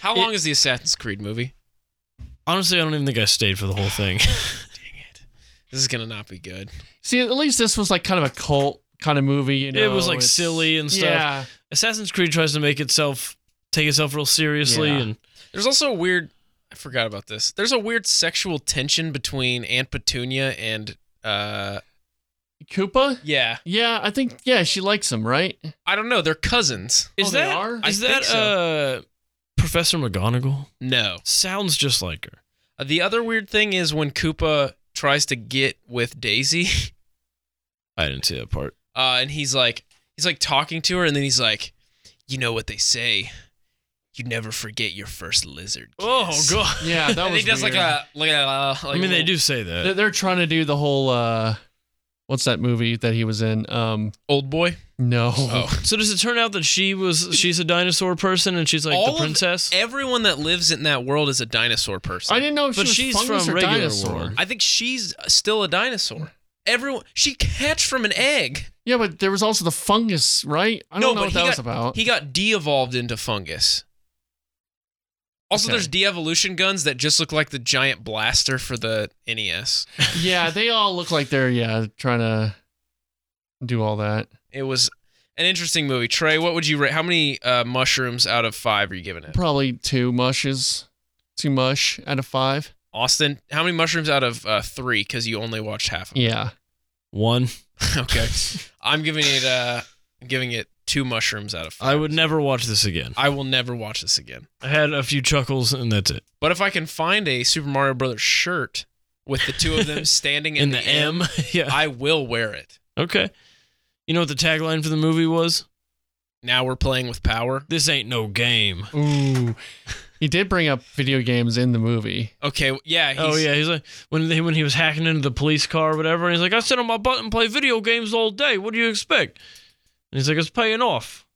C: How long is the Assassin's Creed movie?
D: Honestly, I don't even think I stayed for the whole thing.
C: This is gonna not be good.
B: See, at least this was like kind of a cult kind of movie. You know?
D: It was, like,
B: It's-
D: silly and stuff.
B: Yeah.
D: Assassin's Creed tries to make itself take itself real seriously,
B: Yeah.
D: and
C: There's also a weird I forgot about this. There's a weird sexual tension between Aunt Petunia and uh
B: Koopa.
C: yeah.
B: Yeah, I think yeah, she likes him, right?
C: I don't know, they're cousins.
D: is
B: Oh, they
D: that
B: are?
D: is
C: I think
D: that uh, Professor McGonagall?
C: No. Uh,
D: Sounds just like her.
C: The other weird thing is when Koopa tries to get with Daisy,
D: I didn't see that part.
C: uh, and he's like he's like talking to her and then he's like, You know what they say. You never forget your first lizard. kiss."
D: Oh, god!
B: Yeah, that
C: and
B: was.
C: he does like
B: weird.
C: a like a. uh,
D: I
C: Like
D: mean,
C: a
D: they
C: little
D: do say
B: They're,
D: that.
B: they're trying to do the whole. uh What's that movie that he was in? Um,
C: old boy.
B: no.
C: Oh.
D: So does it turn out that she was she's a dinosaur person and she's like
C: All
D: the
C: of-
D: princess?
C: Everyone that lives in that world is a dinosaur person.
B: I didn't know if
D: But
B: she
D: she's
B: was fungus
D: from
B: or
D: regular
B: dinosaur.
D: world.
C: I think she's still a dinosaur. Everyone, she hatched from an egg.
B: Yeah, but there was also the fungus, right? I don't know
C: but
B: what
C: he
B: that
C: got,
B: was about.
C: He got de-evolved into fungus. Also,
B: Okay.
C: there's de-evolution guns that just look like the giant blaster for the E NES.
B: yeah, they all look like they're yeah trying to do all that.
C: It was. an interesting movie. Trey, what would you rate? How many uh, mushrooms out of five are you giving it?
B: Probably two mushes, two mush out of five.
C: Austin, how many mushrooms out of uh, three? Because you only watched half of it.
B: Yeah.
D: One.
C: okay. I'm giving it. Uh, I'm giving it two mushrooms out of five.
D: I would never watch this again.
C: I will never watch this again.
D: I had a few chuckles and that's it.
C: But if I can find a Super Mario Brothers shirt with the two of them standing in,
D: In the, M. yeah.
C: I will wear it.
D: okay. You know what the tagline for the movie was?
C: Now we're playing with power.
D: This ain't no game.
B: Ooh. He did bring up video games in the movie.
C: Okay. Yeah. He's,
D: oh yeah, he's like when they, when he was hacking into the police car or whatever. And he's like, I sit on my butt and play video games all day. What do you expect? And he's like, it's paying off.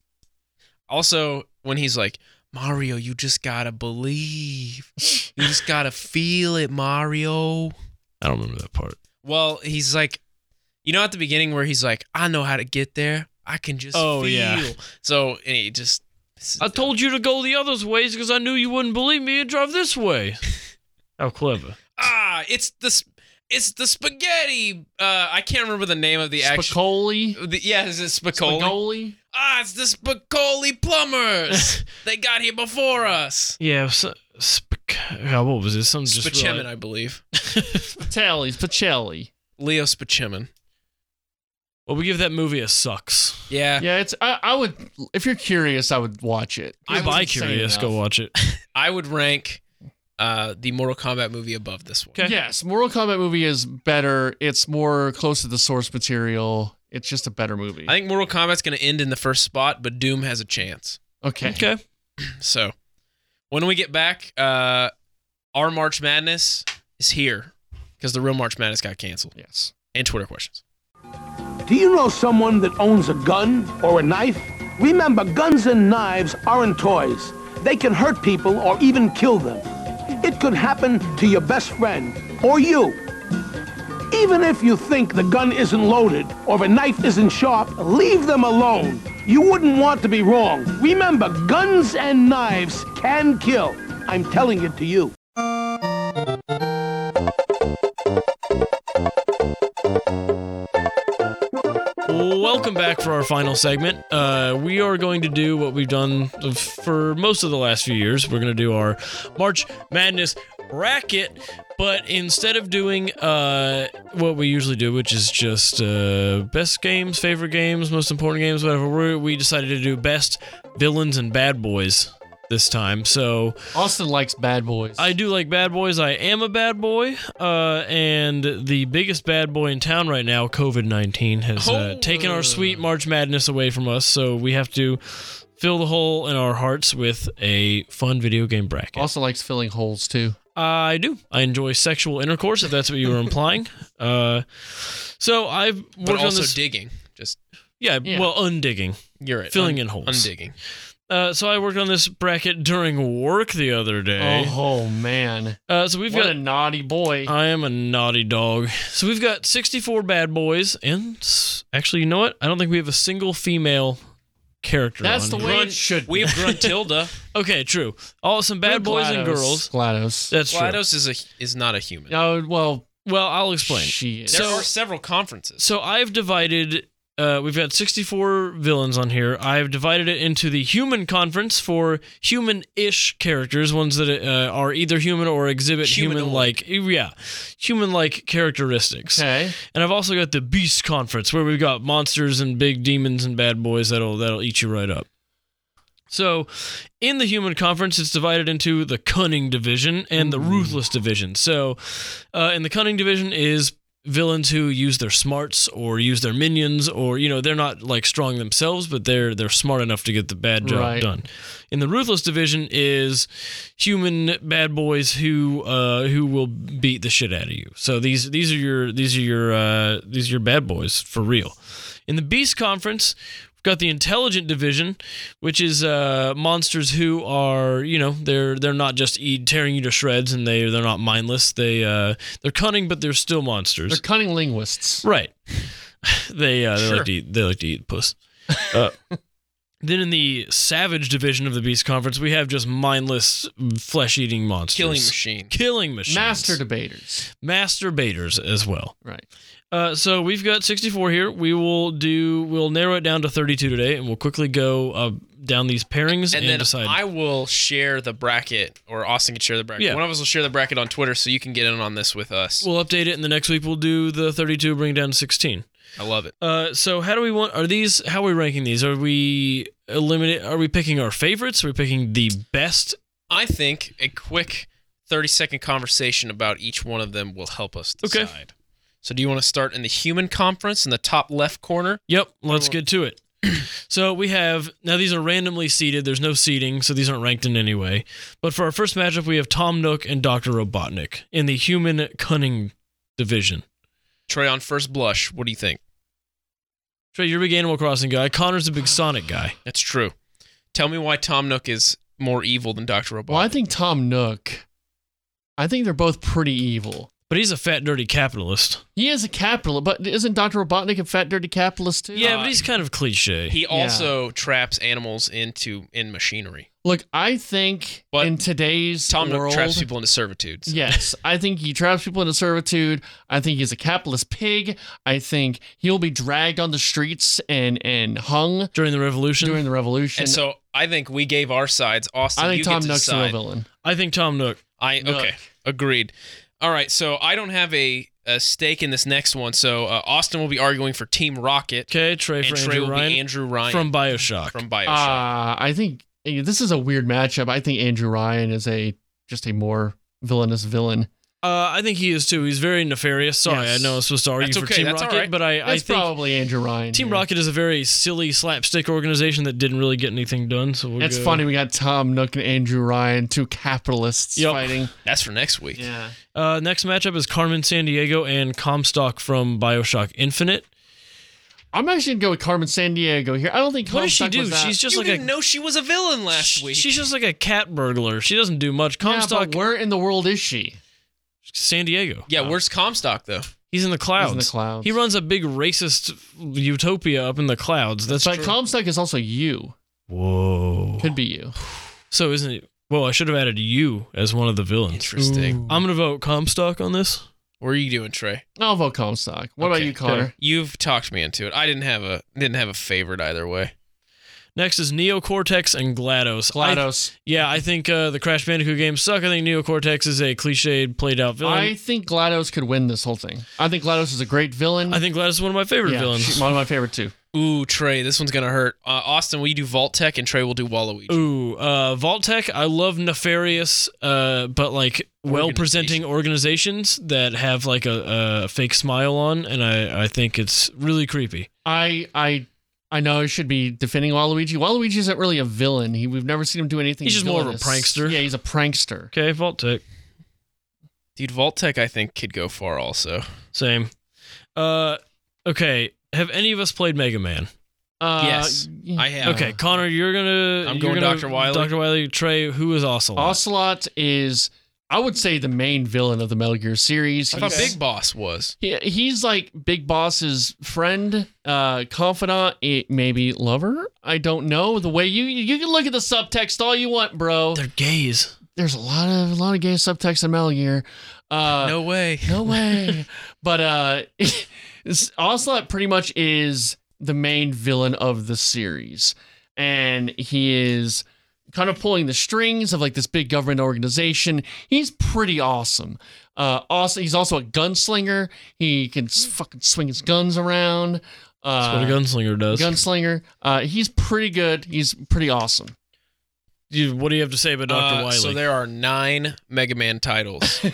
C: Also, when he's like, Mario, you just gotta believe. You just gotta feel it, Mario.
D: I don't remember that part.
C: Well, he's like, you know, at the beginning where he's like, I know how to get there. I can just
D: Oh,
C: feel.
D: yeah.
C: So and he just.
D: I told you to go the other ways because I knew you wouldn't believe me and drive this way. How clever.
C: ah, it's the sp- it's the spaghetti. Uh, I can't remember the name of the actual.
B: Spicoli?
C: The, yeah, is it Spicoli?
B: Spicoli?
C: Ah, it's the Spicoli plumbers. they got here before us.
D: Yeah. So, sp- God, what was this? Something just
C: Spichemin,
D: really-
C: I believe.
B: Patelli, Pacelli.
C: Leo Spichemin.
D: well, we give that movie a sucks.
C: Yeah.
B: Yeah, it's. I, I would. If you're curious, I would watch it.
D: I buy curious. Go watch it.
C: I would rank uh, the Mortal Kombat movie above this one.
D: 'Kay.
B: Yes, Mortal Kombat movie is better. It's more close to the source material. It's just a better movie.
C: I think Mortal Kombat's going to end in the first spot, but Doom has a chance.
B: okay.
D: Okay.
C: So when we get back, uh, our March Madness is here because the real March Madness got canceled
B: Yes.
C: and Twitter questions.
J: Do you know someone that owns a gun or a knife? Remember, guns and knives aren't toys. They can hurt people or even kill them. It could happen to your best friend or you. Even if you think the gun isn't loaded or the knife isn't sharp, leave them alone. You wouldn't want to be wrong. Remember, guns and knives can kill. I'm telling it to you.
D: Welcome back for our final segment. Uh, we are going to do what we've done for most of the last few years. We're going to do our March Madness bracket, but instead of doing uh, what we usually do, which is just uh, best games, favorite games, most important games, whatever, we we decided to do best villains and bad boys this time. So
B: Austin likes Bad Boys.
D: I do like bad boys. I am a bad boy. Uh, and the biggest bad boy in town right now, COVID 19, has uh,
C: Oh.
D: taken our sweet March Madness away from us. So we have to fill the hole in our hearts with a fun video game bracket.
B: also likes filling holes too.
D: I do. I enjoy sexual intercourse, if that's what you were implying. Uh, so I've worked
C: But
D: on
C: also
D: this.
C: digging. Just
D: yeah,
B: Yeah.
D: well, undigging.
C: you're it.
D: Filling in holes.
C: Undigging.
D: Uh, so I worked on this bracket during work the other day.
B: Oh man,
D: Uh, so we've
B: what Uh,
D: got
B: a naughty boy.
D: I am a naughty dog. So we've got 64 bad boys, and s- actually, you know what? I don't think we have a single female character.
B: That's
D: on
B: the
D: here.
B: way it should. be.
C: We have Gruntilda.
D: Okay, true. All some bad
B: We're
D: boys and
B: GLaDOS.
D: girls.
B: Glados.
D: That's true.
C: GLaDOS is a is not a human.
B: Oh well,
D: Well, I'll explain.
B: she is.
C: There
D: So-
C: are several conferences.
D: So I've divided. Uh, we've got 64 villains on here. I've divided it into the human conference for human-ish characters, ones that uh, are either human or exhibit
C: Humanoid.
D: human-like, yeah, human-like characteristics.
B: okay.
D: And I've also got the Beast Conference, where we've got monsters and big demons and bad boys that'll that'll eat you right up. So, in the Human Conference, it's divided into the Cunning Division and the Ruthless Division. So, uh, in the Cunning Division is villains who use their smarts or use their minions, or you know they're not like strong themselves, but they're they're smart enough to get the bad job
B: Right.
D: done. In the Ruthless Division is human bad boys who uh, who will beat the shit out of you. So these these are your these are your uh, these are your bad boys for real. In the Beast Conference, we've got the Intelligent Division, which is uh, monsters who are you know they're they're not just eat, tearing you to shreds and they they're not mindless. They uh, they're cunning, but they're still monsters.
B: They're cunning linguists.
D: Right. they uh, they
C: Sure.
D: like to eat, they like to eat puss. Uh, then in the savage division of the Beast Conference, we have just mindless flesh eating monsters,
C: Killing machine.
D: killing machines,
B: Master debaters.
D: masturbators as well.
B: Right.
D: Uh, so we've got 64 here. We will do. We'll narrow it down to 32 today, and we'll quickly go uh, down these pairings and,
C: and then
D: decide.
C: I will share the bracket, or Austin can share the bracket.
D: Yeah.
C: One of us will share the bracket on Twitter, so you can get in on this with us.
D: we'll update it, and the next week we'll do the 32, bring it down to 16.
C: I love it.
D: Uh, so how do we want? Are these? How are we ranking these? Are we eliminate? Are we picking our favorites? Are we picking the best?
C: I think a quick 30 second conversation about each one of them will help us
D: Okay.
C: decide. So, do you want to start in the human conference in the top left corner?
D: Yep. Let's get to it. So we have now these are randomly seeded. There's no seeding, so these aren't ranked in any way. But for our first matchup, we have Tom Nook and Doctor Robotnik in the Human Cunning division.
C: Trey on first blush. What do you think?
D: Trey, you're a big Animal Crossing guy. Connor's a big Sonic guy.
C: That's true. Tell me why Tom Nook is more evil than Dr. Robot.
B: Well, I think Tom Nook. I think they're both pretty evil.
D: But he's a fat, dirty capitalist.
B: He is a capitalist, but isn't Dr. Robotnik a fat, dirty capitalist too?
D: Yeah, but he's kind of cliche.
C: He also traps animals into in machinery.
B: Look, I think
C: But
B: in today's
C: Tom
B: world,
C: Nook traps people into servitude. so-
B: Yes, I think he traps people into servitude. I think he's a capitalist pig. I think he'll be dragged on the streets and and hung
D: during the revolution.
B: during the revolution.
C: And so I think we gave our sides. Austin,
B: I think
C: you get
B: Tom
C: to
B: Nook's the real
C: decide.
B: villain.
D: I think Tom Nook.
C: I
B: Nook.
C: okay, agreed. All right, so I don't have a, a stake in this next one. So uh, Austin will be arguing for Team Rocket,
D: Okay, Trey for
C: and
D: Andrew
C: Trey will
D: Ryan
C: be Andrew Ryan
D: from Ah. Bioshock.
C: from Bioshock.
B: Uh, I think eh, this is a weird matchup. I think Andrew Ryan is a just a more villainous villain.
D: Uh, I think he is too. He's very nefarious. Sorry,
B: Yes.
D: I know I'm supposed to argue
C: That's
D: for
C: okay,
D: Team
C: that's
D: Rocket,
C: all right.
D: but I, I
B: That's
D: think
B: probably Andrew Ryan.
D: Team
B: here.
D: Rocket is a very silly slapstick organization that didn't really get anything done. So we'll
B: It's
D: go-
B: funny we got Tom Nook and Andrew Ryan, two capitalists
D: Yep.
B: fighting.
C: That's for next week.
B: Yeah.
D: Uh, next matchup is Carmen San Diego and Comstock from Bioshock Infinite.
B: I'm actually gonna go with Carmen San Diego here. I don't think
D: What does she
B: Comstock
D: do?
B: was that-
D: She's just
C: you
D: like
C: didn't
D: a
C: know she was a villain last week.
D: she's just like a cat burglar. She doesn't do much.
B: yeah,
D: Comstock
B: but where in the world is she?
D: San Diego.
C: yeah, where's Comstock though?
D: He's in the clouds.
B: clouds.
D: He runs a big racist utopia up in the clouds. That's
B: But Comstock is also you.
D: whoa.
B: Could be you.
D: So isn't it? Well, I should have added you as one of the villains.
C: Interesting.
D: I'm gonna vote Comstock on this.
C: What are you doing, Trey?
B: I'll vote Comstock. What about
C: Okay.
B: you, Connor?
D: Okay.
C: You've talked me into it. I didn't have a didn't have a favorite either way.
D: Next is Neocortex and GLaDOS. I-
B: GLaDOS.
D: yeah, I think uh, the Crash Bandicoot games suck. I think Neocortex is a cliched, played out villain.
B: I
D: I,
B: think GLaDOS could win this whole thing. I think GLaDOS is a great villain.
D: think GLaDOS is one of my favorite
B: yeah,
D: villains.
B: she's one of my favorite too.
C: Ooh, Trey, this one's gonna hurt. Uh, Austin, will you do Vault Tech and Trey will do Waluigi?
D: Ooh, uh, Vault Tech. I love nefarious, uh, but like well presenting organizations that have like a, a fake smile on, and I, I think it's really creepy.
B: I I I know I should be defending Waluigi. Waluigi isn't really a villain. He, we've never seen him do anything.
D: He's just more of a
B: villainous.
D: prankster.
B: Yeah, he's a prankster.
D: Okay, Vault Tech.
C: Dude, Vault Tech I think could go far also.
D: Same. Uh, okay. Have any of us played Mega Man?
B: Uh,
C: Yes,
B: yeah.
C: I have.
D: Okay, Connor, you're gonna.
C: Uh, I'm
D: you're
C: going
D: gonna-
C: Dr. Wily.
D: Dr. Wiley. Trey, who is Ocelot?
B: Ocelot is I would say the main villain of the Metal Gear series.
C: I thought
B: He's-
C: Big Boss was.
B: He, he's like Big Boss's friend, uh, confidant, eh, maybe lover. I don't know. The way you you can look at the subtext all you want, bro.
D: They're gays.
B: There's a lot of a lot of gay subtext in Metal Gear. Uh,
C: No way.
B: no way. but uh, it's- Ocelot pretty much is the main villain of the series, and he is kind of pulling the strings of like this big government organization. He's pretty awesome. Uh, also, he's also a gunslinger. He can s- fucking swing his guns around.
D: That's what
B: Uh,
D: a gunslinger does.
B: gunslinger. Uh, he's pretty good. He's pretty awesome.
D: You- what do you have to say about Dr.
C: Uh,
D: Wiley?
C: So there are nine Mega Man titles.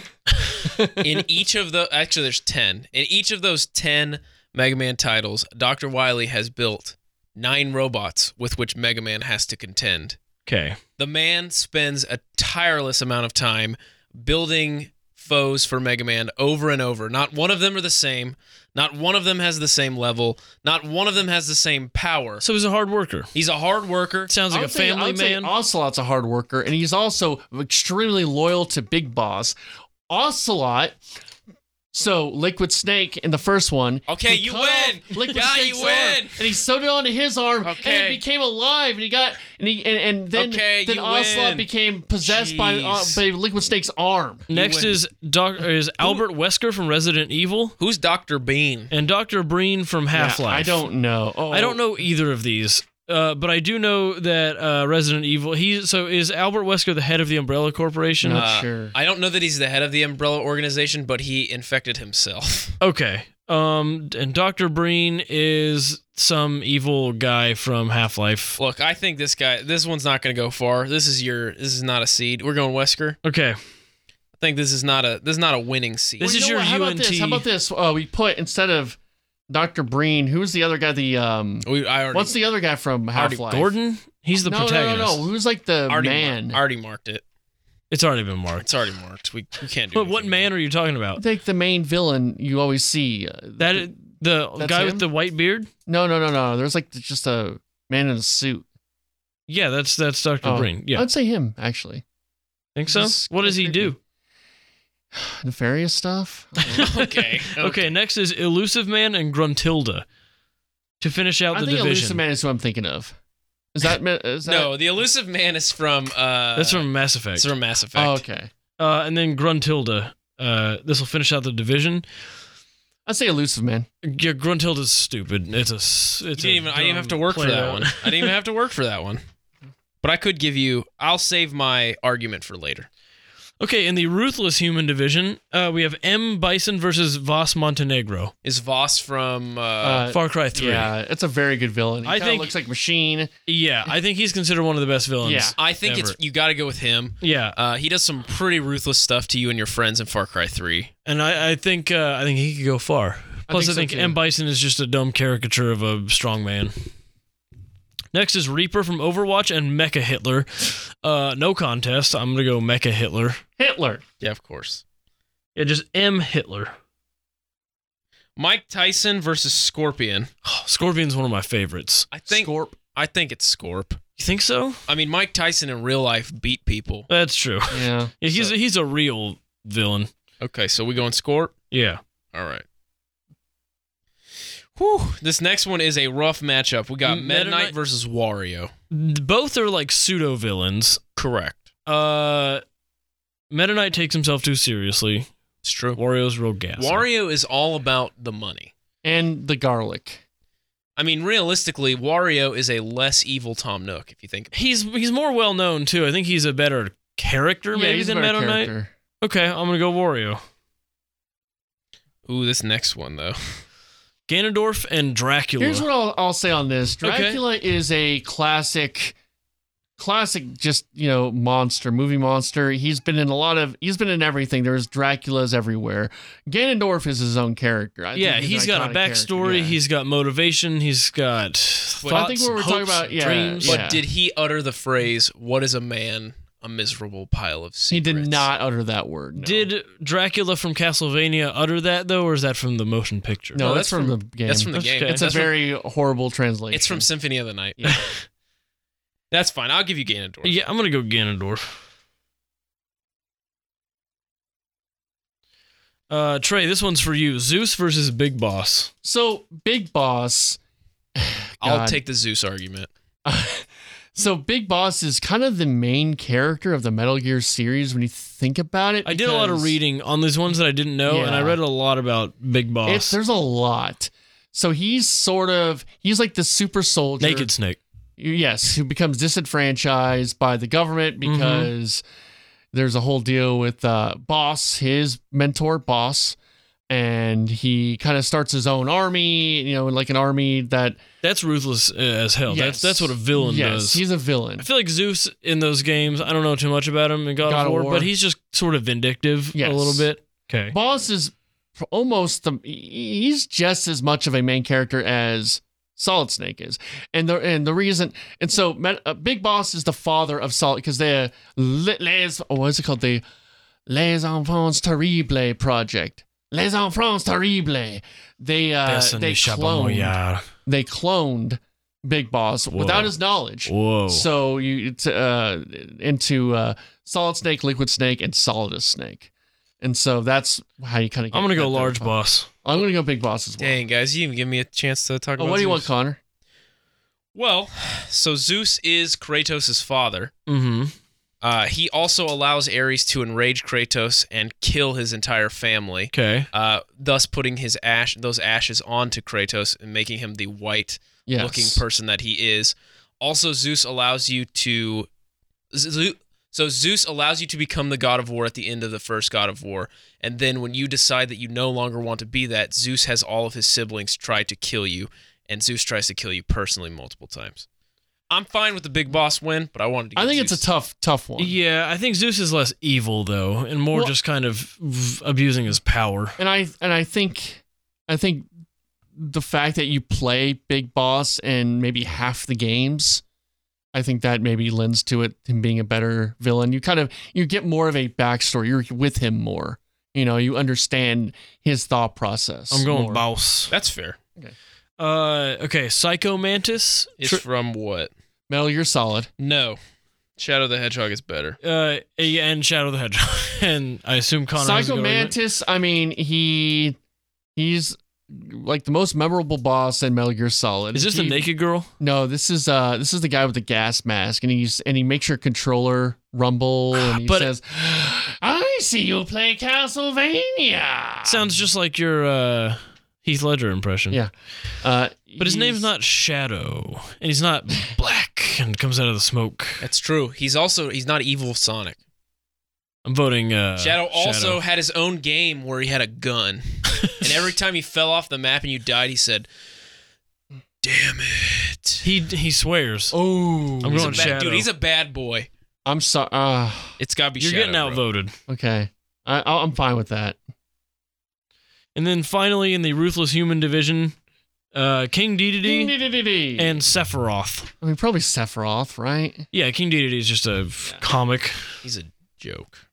C: in each of the actually there's ten. In each of those ten Mega Man titles, Dr. Wily has built nine robots with which Mega Man has to contend.
D: okay.
C: The man spends a tireless amount of time building foes for Mega Man over and over. Not one of them are the same. Not one of them has the same level. Not one of them has the same power.
D: So he's a hard worker.
C: He's a hard worker.
D: Sounds
B: I
D: like a
B: would say- I
D: family
B: would say
D: man.
B: Ocelot's a hard worker, and he's also extremely loyal to Big Boss. Ocelot So Liquid Snake in the first one.
C: Okay,
B: he
C: you
B: cut
C: win.
B: off Liquid
C: Yeah,
B: Snake's
C: you
B: arm,
C: win.
B: and he sewed it onto his arm, and it
C: Okay.
B: became alive. And he got and he and, and then
C: Okay,
B: then
C: you
B: Onslaught
C: win.
B: became possessed by, uh,
C: Jeez.
B: by Liquid Snake's arm.
D: Next
C: win.
D: is Doc is Albert Wesker from Resident Evil
C: Who's Dr. Bean?
D: and Doctor Breen from Half Life.
B: I don't know. Oh,
D: I don't know either of these, uh, but I do know that uh, Resident Evil. He so is Albert Wesker the head of the Umbrella Corporation?
B: Not sure.
C: Uh, I don't know that he's the head of the umbrella organization, but he infected himself.
D: Okay. Um, and Doctor Breen is some evil guy from Half Life.
C: Look, I think this guy, this one's not going to go far. This is your, this is not a seed. We're going Wesker.
D: Okay.
C: I think this is not a, this is not a winning seed.
D: This
B: Well,
D: is
B: you
D: your
B: know what? How about this?
D: UNT.
B: How about this? Uh, we put instead of Doctor Breen, who's the other guy? The um,
C: we, I already,
B: what's the other guy from Half Life?
D: Gordon, he's the
B: no,
D: protagonist.
B: No, no, no. Who's like the
C: already,
B: man?
C: mar- already marked it.
D: It's already been marked.
C: It's already marked. We, we can't do
D: But what
C: anything.
D: man are you talking about?
B: Like the main villain you always see. Uh,
D: That i- the
B: That's
D: guy
B: him?
D: with the white beard?
B: No, no, no, no. There's like just a man in a suit.
D: Yeah, that's that's Doctor
B: Oh.
D: Breen. Yeah,
B: I'd say him actually.
D: think so.
B: This is
D: What does he do?
B: Nefarious stuff.
C: okay.
D: Okay, next is Elusive Man and Gruntilda to finish out
B: I
D: the
B: think Elusive
D: division.
B: Man is who I'm thinking of. Is that? ma- Is that
C: No, the elusive man is from, uh,
D: That's from Mass Effect.
C: it's from Mass Effect.
B: Oh, okay.
D: Uh, and then Gruntilda. Uh, this will finish out the division.
B: I'd say Elusive Man.
D: Yeah, Gruntilda's stupid. It's a. s- It's
C: You didn't
D: a
C: even, I didn't even have to
D: dumb
C: work for
D: play
C: that
D: out.
C: one. I didn't even have to work for that one. But I could give you. I'll save my argument for later.
D: Okay, in the ruthless human division, uh, we have M Bison versus Voss Montenegro.
C: Is Voss from? Uh,
B: Uh,
D: Far Cry Three.
B: Yeah, it's a very good villain. He
D: I
B: kinda
D: think-
B: looks like Machine.
D: Yeah, I think he's considered one of the best villains.
B: Yeah.
C: I think it's
D: Everett.
C: you got to go with him.
D: yeah.
C: Uh, he does some pretty ruthless stuff to you and your friends in Far Cry Three.
D: and I, I think uh, I think he could go far. Plus,
B: think
D: I
B: so,
D: think,
B: too.
D: M Bison is just a dumb caricature of a strong man. Next is Reaper from Overwatch and Mecha Hitler. Uh, no contest. I'm gonna go Mecha Hitler.
B: Hitler.
C: Yeah, of course.
D: Yeah, just M Hitler.
C: Mike Tyson versus Scorpion.
D: Oh, Scorpion's one of my favorites.
C: I think.
B: Scorp.
C: I think it's Scorp.
D: You think so?
C: I mean, Mike Tyson in real life beat people.
D: That's true.
B: Yeah.
D: Yeah, he's a, he's a real villain.
C: Okay, so we going Scorp.
D: Yeah.
C: All right. Whew. This next one is a rough matchup. We got
D: Meta
C: Meta Knight
D: Knight-
C: versus Wario.
D: Both are like pseudo villains.
C: Correct.
D: Uh, Meta Knight takes himself too seriously.
C: It's true.
D: Wario's real gas.
C: Wario is all about the money.
B: And the garlic.
C: I mean, realistically, Wario is a less evil Tom Nook if you think. about
D: He's he's more well known too. I think he's a better character
B: Yeah,
D: maybe
B: he's a
D: than
B: better
D: Meta Knight.
B: character.
D: Okay, I'm gonna go Wario.
C: it. Ooh, this next one though.
D: Ganondorf and Dracula.
B: Here's what I'll, I'll say on this.
D: Okay.
B: Dracula is a classic, classic, just you know, monster movie monster. He's been in a lot of. He's been in everything. There's Dracula's everywhere. Ganondorf is his own character. I
D: yeah,
B: think
D: he's
B: an
D: got a
B: iconic character,
D: backstory.
B: yeah.
D: He's got motivation. He's got thoughts.
C: I
B: think what we're
D: hopes,
B: talking about- yeah,
D: dreams.
C: But
B: yeah.
C: did he utter the phrase "What is a man? A miserable pile of
B: He
C: secrets."
B: did not utter that word. No.
D: Did Dracula from Castlevania utter that though, or is that from the motion picture?
B: no,
C: No,
B: that's,
C: that's
B: from, the game.
C: That's from the game.
D: okay.
B: It's a
C: That's from-
B: very horrible translation.
C: It's from Symphony of the Night.
B: Yeah.
C: That's fine. I'll give you Ganondorf.
D: Yeah, I'm gonna go Ganondorf. Uh, Trey, this one's for you. Zeus versus Big Boss.
B: so Big Boss.
C: I'll
B: God.
C: take the Zeus argument.
B: So Big Boss is kind of the main character of the Metal Gear series when you think about it.
D: I did a lot of
B: because-
D: reading on these ones that I didn't know, and I
B: Yeah.
D: read a lot about Big Boss.
B: It's there's a lot. So he's sort of he's like the super soldier.
D: Naked Snake.
B: Yes, who becomes disenfranchised by the government
D: Mm-hmm.
B: because there's a whole deal with uh, Boss, his mentor Boss, and he kind of starts his own army. You know, like an army that
D: That's ruthless uh, as hell.
B: Yes.
D: That's that's what a villain
B: yes,
D: does.
B: he's a villain.
D: I feel like Zeus in those games. I don't know too much about him in God, of War, but he's just sort of vindictive
B: Yes.
D: a little bit. Okay.
B: Boss is pr- almost the he's just as much of a main character as Solid Snake is, and the and the reason and so Met- uh, Big Boss is the father of Solid because the li- les oh, what's it called the Les Enfants Terribles project Les Enfants Terribles they uh, they cloned they cloned Big Boss without his knowledge.
D: Whoa.
B: So you it's, uh, into uh, Solid Snake, Liquid Snake, and Solidus Snake. And so that's how you kind of.
D: I'm gonna go large boss.
B: I'm gonna go big boss as well.
C: Dang, guys, you didn't even give me a chance to talk
B: Oh,
C: about
B: what do you want,
C: Zeus.
B: Connor?
C: Well, so Zeus is Kratos' father.
B: Mm-hmm.
C: Uh, he also allows Ares to enrage Kratos and kill his entire family,
D: Okay.
C: uh, thus putting his ash those ashes onto Kratos and making him the white
B: Yes.
C: looking person that he is. Also, Zeus allows you to. Zeu- So Zeus allows you to become the god of war at the end of the first god of war, and then when you decide that you no longer want to be that, Zeus has all of his siblings try to kill you, and Zeus tries to kill you personally multiple times. I'm fine with the big boss win, but I wanted to.
B: I
C: give
B: think it's
C: Zeus-
B: a tough, tough one.
D: Yeah, I think Zeus is less evil though, and more
B: Well-
D: just kind of v- abusing his power.
B: and I and I think I think the fact that you play Big Boss and maybe half the games, I think that maybe lends to it him being a better villain. You kind of you get more of a backstory. You're with him more. You know, you understand his thought process.
D: I'm going
B: more.
D: boss.
C: That's fair.
D: Uh, okay, Psycho Mantis.
C: It's
D: Tr-
C: from what?
B: Metal Gear Solid.
C: No, Shadow the Hedgehog is better.
D: uh, and Shadow the Hedgehog, and I assume Connor. has to
B: Psycho
D: go with it.
B: Mantis. I mean, he he's like the most memorable boss in Metal Gear Solid.
D: Is this the
B: He-
D: naked girl?
B: No, this is uh this is the guy with the gas mask, and he's and he makes your controller rumble, and he
D: But-
B: says, "I see you play Castlevania."
D: Sounds just like your uh, Heath Ledger impression.
B: Yeah, uh,
D: But his name's
B: he's-
D: not Shadow, and he's not black, and comes out of the smoke.
C: That's true. He's also he's not evil Sonic.
D: I'm voting. Uh,
C: Shadow also had his own game where he had a gun. and every time he fell off the map and you died, he said, Damn it.
D: He he swears.
B: Oh,
D: I'm
B: I'm,
C: He's a
D: going
C: bad,
D: Shadow.
C: Dude, he's a bad boy.
B: sorry. Uh,
C: It's got to be
D: You're
C: Shadow.
D: getting
C: bro.
D: outvoted.
B: okay, I, I- I'm fine with that.
D: And then finally, in the Ruthless Human division, uh, King Dedede
B: And
D: and Sephiroth.
B: I mean, probably Sephiroth, right?
D: Yeah, King Dedede is just a f- comic.
C: He's a joke.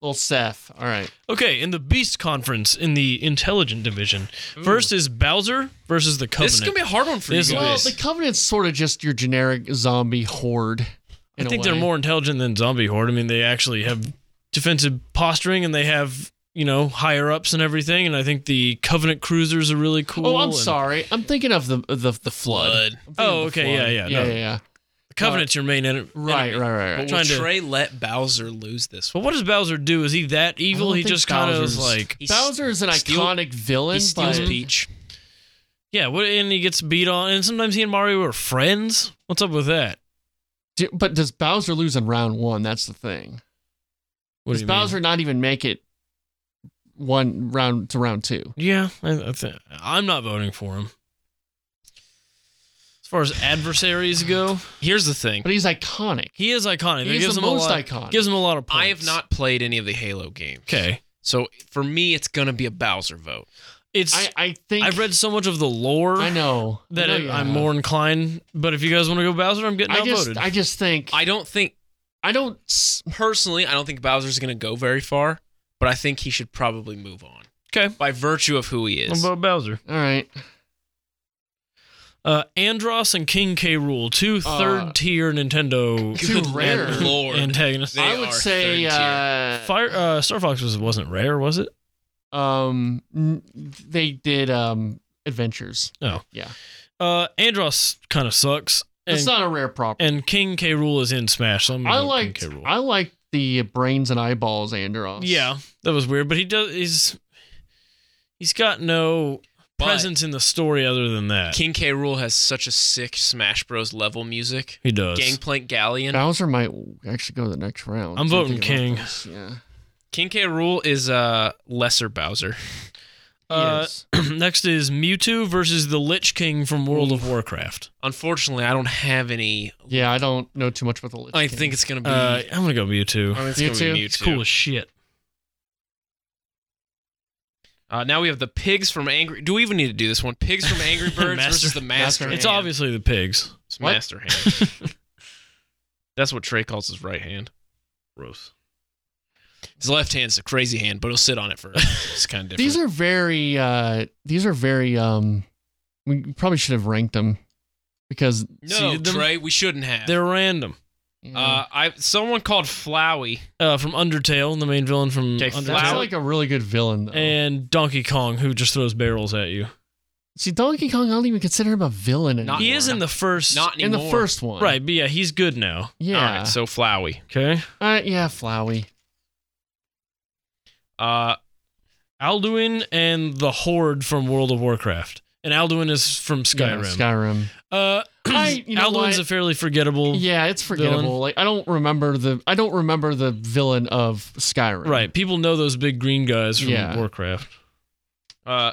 B: Little Seth. All right.
D: Okay, in the Beast Conference, in the Intelligent division, first is Bowser versus the Covenant.
C: This is going to be a hard one for
D: This
C: you
D: will be-
B: Well,
C: guys.
B: Oh, the Covenant's sort of just your generic zombie horde.
D: I
B: in a
D: think they're
B: way.
D: more intelligent than Zombie Horde. I mean, they actually have defensive posturing and they have, you know, higher ups and everything. And I think the Covenant Cruisers are really cool.
B: Oh, I'm
D: and
B: sorry. I'm thinking of the the, the flood.
C: Blood.
B: I'm thinking
D: Oh,
B: of the
D: okay, yeah,
B: flood.
D: yeah,
B: yeah,
D: no.
B: yeah, yeah.
D: The Covenant's your main enemy.
B: Right, right, right, right.
C: But will
D: trying to-
C: Trey let Bowser lose this
D: But
C: one?
D: what does Bowser do? Is he that evil?
B: don't
D: He
B: think
D: just kind of
B: Bowser's-
D: is like,
C: He
B: Bowser is an
C: steal-
B: iconic villain.
C: He steals
B: but-
C: Peach.
D: yeah, what, and he gets beat on. And sometimes he and Mario are friends. What's up with that?
B: Do- But does Bowser lose in round one? That's the thing.
D: What do
B: does
D: you mean?
B: Bowser not even make it one round to round two?
D: Yeah, I, I think I'm not voting for him. As far as adversaries go,
C: Here's the thing.
B: But he's iconic.
D: he is iconic.
B: He
D: It
B: is
D: gives
B: the
D: him
B: most
D: a lot,
B: iconic.
D: Gives him a lot of points.
C: I have not played any of the Halo games.
D: Okay,
C: So for me, it's going to be a Bowser vote.
D: it's
B: I, I think
D: I've read so much of the lore
B: I know
D: that
B: I know
D: it-
B: you
D: I'm
B: have.
D: more inclined. But if you guys want to go Bowser, I'm getting
B: I
D: outvoted.
B: just I just think I,
C: I don't think
B: don't s-
C: personally, I don't think Bowser's going to go very far, but I think he should probably move on.
D: Okay.
C: By virtue of who he
D: What
C: is.
D: about Bowser?
B: all right.
D: Uh, Andross and King K. Rule, two
B: Uh,
D: tier Nintendo
B: too rare.
D: an-
C: Lord.
D: antagonists.
C: They
B: I would
C: are
B: say uh,
D: Fire uh, Star Fox was, wasn't rare, was it?
B: um n- they did um adventures.
D: Uh, Andross kind of sucks, and,
B: It's not a rare property.
D: and King K. Rule is in Smash. So I'm gonna
B: I
D: vote
B: liked
D: King K. Rool.
B: I liked the brains and eyeballs Andros.
D: Yeah, that was weird. But he does. He's he's got no
C: But-
D: presence in the story other than that.
C: King K. Rule has such a sick Smash Bros. level music.
D: he does.
C: Gangplank Galleon.
B: Bowser might actually go to the next round.
D: I'm voting
B: thinking
D: King.
B: about this, Yeah.
C: King K. Rule is uh, lesser Bowser.
D: Uh,
B: Yes.
D: next is Mewtwo versus the Lich King from World of Warcraft.
C: Unfortunately, I don't have any.
B: Yeah, I don't know too much about the Lich
C: I
B: King.
C: think it's gonna be.
D: Uh, I'm gonna go Mewtwo.
C: I mean, it's
B: you
C: gonna
B: too?
C: be Mewtwo.
D: It's cool as shit.
C: Uh, now we have the pigs from Angry. Do we even need to do this one? Pigs from Angry Birds versus
D: Master-
C: the Master.
B: Master
D: It's
C: Hand.
D: obviously the pigs.
C: It's
B: What?
C: Master Hand. That's what Trey calls his right hand.
D: Gross.
C: His left hand's a crazy hand, but he'll sit on it for. It's kind of different.
B: these are very uh these are very um we probably should have ranked them because
C: no,
D: seeded them.
C: Trey. We shouldn't have.
D: They're random.
C: Uh, I someone called Flowey.
D: uh, from Undertale, the main villain from
C: Okay,
D: Undertale,
B: That's
C: Wow.
B: like a really good villain. Though.
D: and Donkey Kong, who just throws barrels at you.
B: See, Donkey Kong, I don't even consider him a villain anymore.
D: He is in the first,
C: Not
B: in the
C: anymore.
B: first one,
D: right? But yeah, he's good now.
B: Yeah.
C: All right, so Flowey.
D: Okay,
B: Uh, yeah, Flowey.
C: Uh,
D: Alduin and the Horde from World of Warcraft, and Alduin is from
B: Yeah,
D: Skyrim.
B: Skyrim.
D: Uh,
B: I- you know
D: Alduin's
B: what?
D: a fairly forgettable.
B: Yeah, it's forgettable.
D: Villain.
B: Like I don't remember the I don't remember the villain of Skyrim.
D: Right, people know those big green guys from
B: Yeah.
D: Warcraft.
C: uh,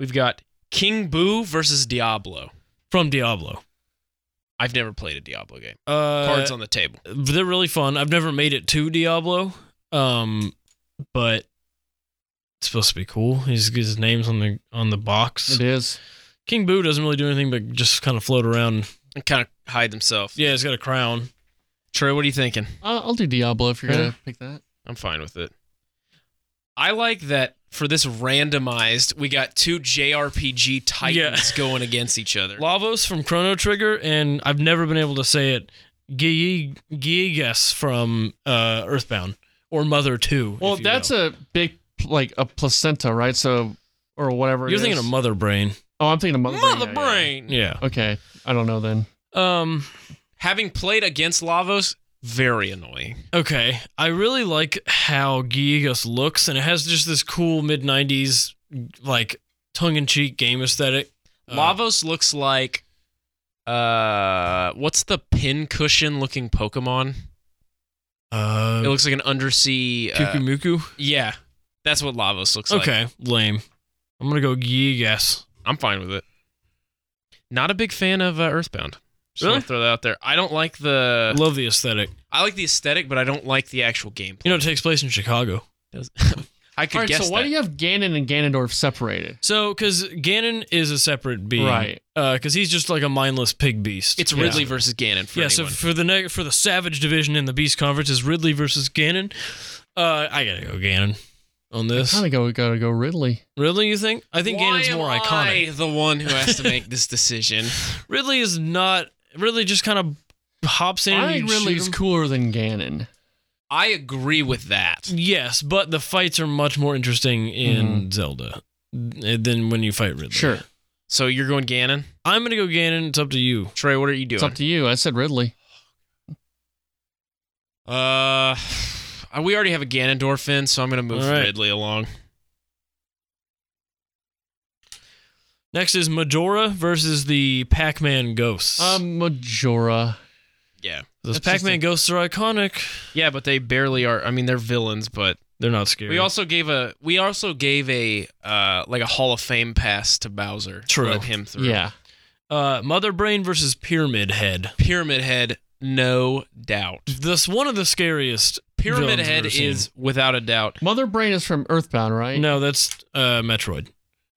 C: we've got King Boo versus Diablo.
D: From Diablo.
C: I've never played a Diablo game.
D: Uh,
C: Cards on the table.
D: they're really fun. I've never made it to Diablo, um, but it's supposed to be cool. His his name's on the on the box.
B: It is.
D: King Boo doesn't really do anything but just kind of float around.
C: And kind of hide themselves.
D: Yeah, he's got a crown.
C: Troy, what are you thinking?
B: Uh, I'll do Diablo if you're
D: Okay.
B: gonna pick that.
C: I'm fine with it. I like that for this randomized, we got two JRPG titans going against each other.
D: Lavos from Chrono Trigger, and I've never been able to say it. Gie- Gigas from uh, Earthbound or Mother Two.
B: Well, that's a big like a placenta, right? So or whatever. it
D: you're thinking
B: is.
D: of Mother Brain.
B: Oh, I'm thinking of mother.
C: Mother
B: brain. yeah, yeah.
C: brain.
D: Yeah.
B: Okay, I don't know then.
D: Um.
C: Having played against Lavos, very annoying.
D: Okay, I really like how Gigas looks, and it has just this cool mid '90s like tongue-in-cheek game aesthetic. Uh,
C: Lavos looks like uh what's the pin cushion looking Pokemon?
D: Uh,
C: It looks like an undersea uh,
D: Kukumuku.
C: Yeah. That's what Lavos looks like.
D: okay, lame. I'm gonna go Gigas.
C: I'm fine with it. Not a big fan of uh, Earthbound. Just want
D: Really?
C: to throw that out there. I don't like the
D: Love the aesthetic.
C: I like the aesthetic, but I don't like the actual gameplay.
D: You know, it takes place in Chicago.
C: I could
B: All right,
C: guess
B: so why
C: that.
B: do you have Ganon and Ganondorf separated?
D: So, because Ganon is a separate being,
B: Right.
D: Because he's just like a mindless pig beast.
C: it's Ridley versus Ganon for
D: yeah. So
C: anyone.
D: for the neg- for the Savage division in the Beast Conference is Ridley versus Ganon. Uh, I gotta go Ganon on this.
B: Kind of go gotta go Ridley.
D: Ridley, you think? I think
C: why
D: Ganon's
C: am
D: more
C: I
D: iconic.
C: the one who has to make this decision.
D: Ridley is not. Ridley just kind of hops in.
B: I
D: and
B: think
D: you shoot
B: Ridley's
D: him.
B: cooler than Ganon.
C: I agree with that.
D: Yes, but the fights are much more interesting in Zelda eh, than when you fight Ridley.
B: Mm-hmm. Sure,
C: So you're going Ganon?
D: I'm gonna go Ganon. It's up to you.
C: Trey, what are you
B: it's
C: doing?
B: up to you. I said Ridley.
C: Uh, we already have a Ganondorf in, so I'm gonna move
D: All right.
C: Ridley along.
D: Next is Majora versus the Pac-Man ghosts.
B: Um, Majora.
C: Yeah,
D: Those
B: that's just
D: Pac-Man
B: a-
D: ghosts are iconic.
C: yeah, but they barely are. I mean, they're villains, but
D: They're not scary.
C: we also gave a we also gave a uh like a Hall of Fame pass to Bowser. to
D: True.
C: let him through.
B: Yeah,
D: uh, Mother Brain versus Pyramid Head.
C: Pyramid Head, no doubt.
D: This one of the scariest.
C: Pyramid
D: villains I've
C: Head
D: ever seen.
C: is without a doubt.
B: Mother Brain is from Earthbound, right?
D: no, that's uh, Metroid.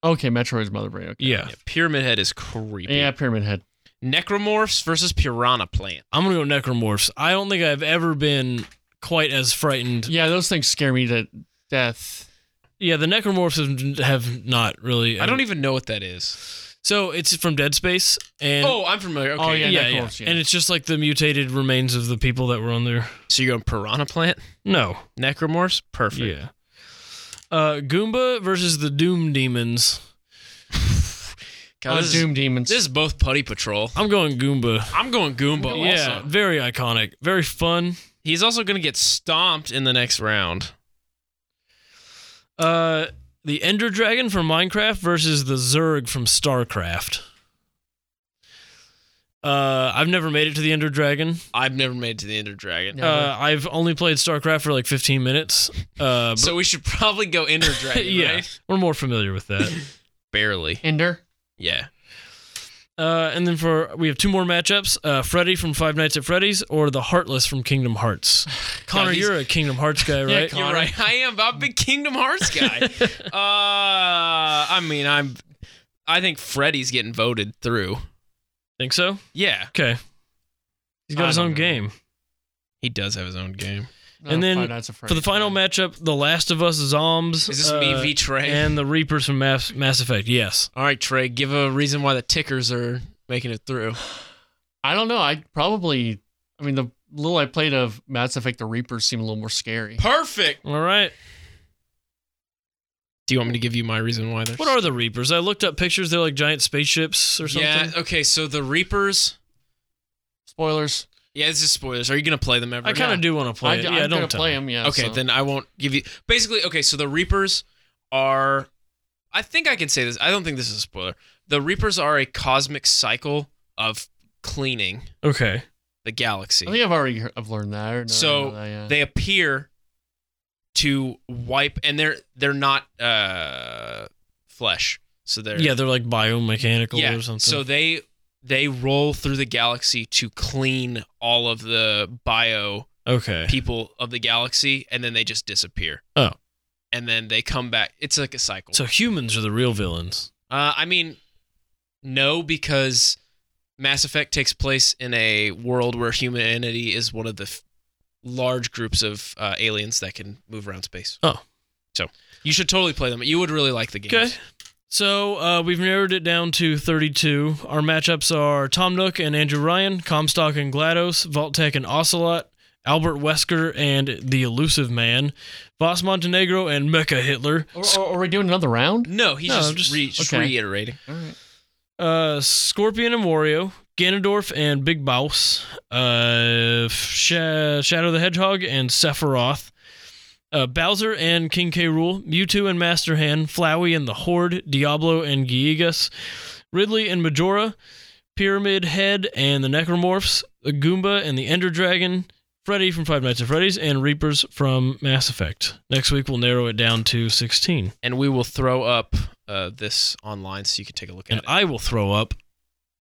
B: Okay, Metroid's Mother Brain. Okay.
D: Yeah.
C: Yeah, Pyramid Head is creepy.
B: Yeah, Pyramid Head.
C: Necromorphs versus Piranha Plant.
D: I'm gonna go Necromorphs. I don't think I've ever been quite as frightened.
B: Yeah, those things scare me to death.
D: Yeah, the Necromorphs have- have not really.
C: I don't even know what that is.
D: So it's from Dead Space, and
C: oh, I'm familiar. Okay.
B: Oh,
D: yeah,
B: yeah,
D: yeah,
B: Necromorphs, yeah.
D: and it's just like the mutated remains of the people that were on there.
C: So you're going Piranha Plant,
D: No,
C: Necromorphs, perfect.
D: Oh. yeah. Uh, Goomba versus the Doom Demons.
C: God,
B: Oh,
C: this is-
B: Doom Demons.
C: This is both Putty Patrol. Oh,
D: I'm going Goomba.
C: I'm going Goomba.
D: yeah,
C: Also.
D: very iconic, very fun.
C: He's also going to get stomped in the next round.
D: Uh, the Ender Dragon from Minecraft versus the Zerg from StarCraft. Uh, I've never made it to the Ender Dragon.
C: I've never made it to the Ender Dragon.
B: Never.
D: Uh, I've only played StarCraft for like 15 minutes. Uh, but,
C: So we should probably go Ender Dragon,
D: yeah,
C: right?
D: we're more familiar with that.
C: Barely.
B: Ender.
C: Yeah.
D: Uh, and then for we have two more matchups: uh, Freddy from Five Nights at Freddy's or the Heartless from Kingdom Hearts. Connor,
C: he's-
D: you're a Kingdom Hearts guy,
B: Yeah,
D: right?
C: You're right. I am. I'm a big Kingdom Hearts guy. uh, I mean, I'm. I think Freddy's getting voted through.
D: Think so?
C: Yeah,
D: Okay. He's got
B: I
D: his
B: don't
D: own
B: know.
D: game.
C: he does have his own game.
D: And then
B: Five Nights at
D: For the
B: Freddy's.
D: final matchup, The Last of Us Zombs.
C: Is this me
D: uh,
C: v Trey?
D: And the Reapers from Mass, Mass Effect. Yes.
C: All right, Trey, give a reason why the tickers are making it through.
B: I don't know. I probably I mean, the little I played of Mass Effect: The Reapers seemed a little more scary.
C: Perfect.
D: All right.
C: Do you want me to give you my reason why there's
D: What are the Reapers? I looked up pictures. They're like giant spaceships or something.
C: Yeah, okay, so the Reapers.
B: Spoilers.
C: Yeah, this is spoilers. Are you gonna play them ever?
D: I kind of
C: No.
D: do want to play it.
B: I,
D: yeah,
B: am
D: don't
B: gonna
D: tell
B: play
D: me.
B: them. Yeah.
C: Okay,
B: so.
C: then I won't give you basically okay, so the Reapers are I think I can say this. I don't think this is a spoiler. The Reapers are a cosmic cycle of cleaning
D: Okay.
C: the galaxy.
D: Oh,
B: I think I've already heard, I've learned that. I already know
C: so
B: that, yeah.
C: they appear to wipe and they're they're not uh flesh. So they're
D: Yeah, they're like biomechanical or something.
C: So they they roll through the galaxy to clean all of the bio
D: okay.
C: people of the galaxy, and then they just disappear.
D: Oh.
C: and then they come back. It's like a cycle.
D: So humans are the real villains.
C: uh, I mean, no, because Mass Effect takes place in a world where humanity is one of the f- large groups of uh, aliens that can move around space.
D: Oh.
C: so you should totally play them. You would really like the game.
D: Okay. So uh, we've narrowed it down to 32. Our matchups are Tom Nook and Andrew Ryan, Comstock and GLaDOS, Vault Tech and Ocelot, Albert Wesker and The Elusive Man, Voss Montenegro and Mecha Hitler,
B: Or- or- are we doing another round?
C: No, he's
D: No,
C: just,
D: I'm just-
C: re- just
B: okay.
C: reiterating.
B: All right.
D: uh, Scorpion and Wario, Ganondorf and Big Boss, uh, Sha Shadow the Hedgehog and Sephiroth, uh, Bowser and King K. Rule, Mewtwo and Master Hand, Flowey and the Horde, Diablo and Gigas, Ridley and Majora, Pyramid Head and the Necromorphs, the Goomba and the Ender Dragon, Freddy from Five Nights at Freddy's, and Reapers from Mass Effect. Next week we'll narrow it down to 16.
C: and we will throw up uh, this online so you can take a look at
D: And
C: it.
D: I will throw up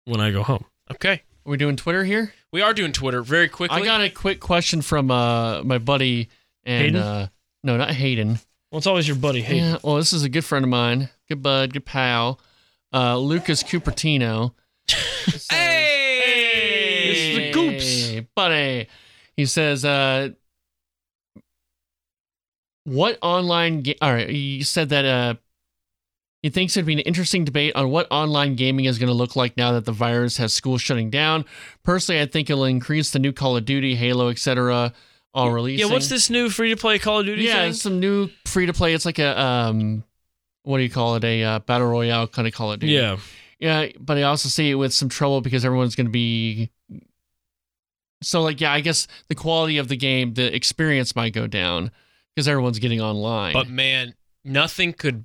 D: when I go home.
C: okay.
B: Are we doing Twitter here?
C: We are doing Twitter very quickly.
B: I got a quick question from uh, my buddy and
D: Hayden?
B: uh no, not Hayden.
D: Well, it's always your buddy, Hayden.
B: Yeah, well, this is a good friend of mine, good bud, good pal, uh, Lucas Cupertino.
C: hey!
B: This is
D: the Goops.
B: buddy. He says, uh, "What online?" Ga- All right, he said that uh, he thinks it'd be an interesting debate on what online gaming is going to look like now that the virus has schools shutting down. Personally, I think it'll increase the new Call of Duty, Halo, etc. All releasing.
D: Yeah, what's this new free to play Call of Duty
B: yeah,
D: thing?
B: it's some new free to play. It's like a um, what do you call it? A uh, battle royale kind of Call of Duty.
D: yeah.
B: Yeah, but I also see it with some trouble because everyone's going to be. So, like, yeah, I guess the quality of the game, the experience might go down because everyone's getting online.
C: But man, nothing could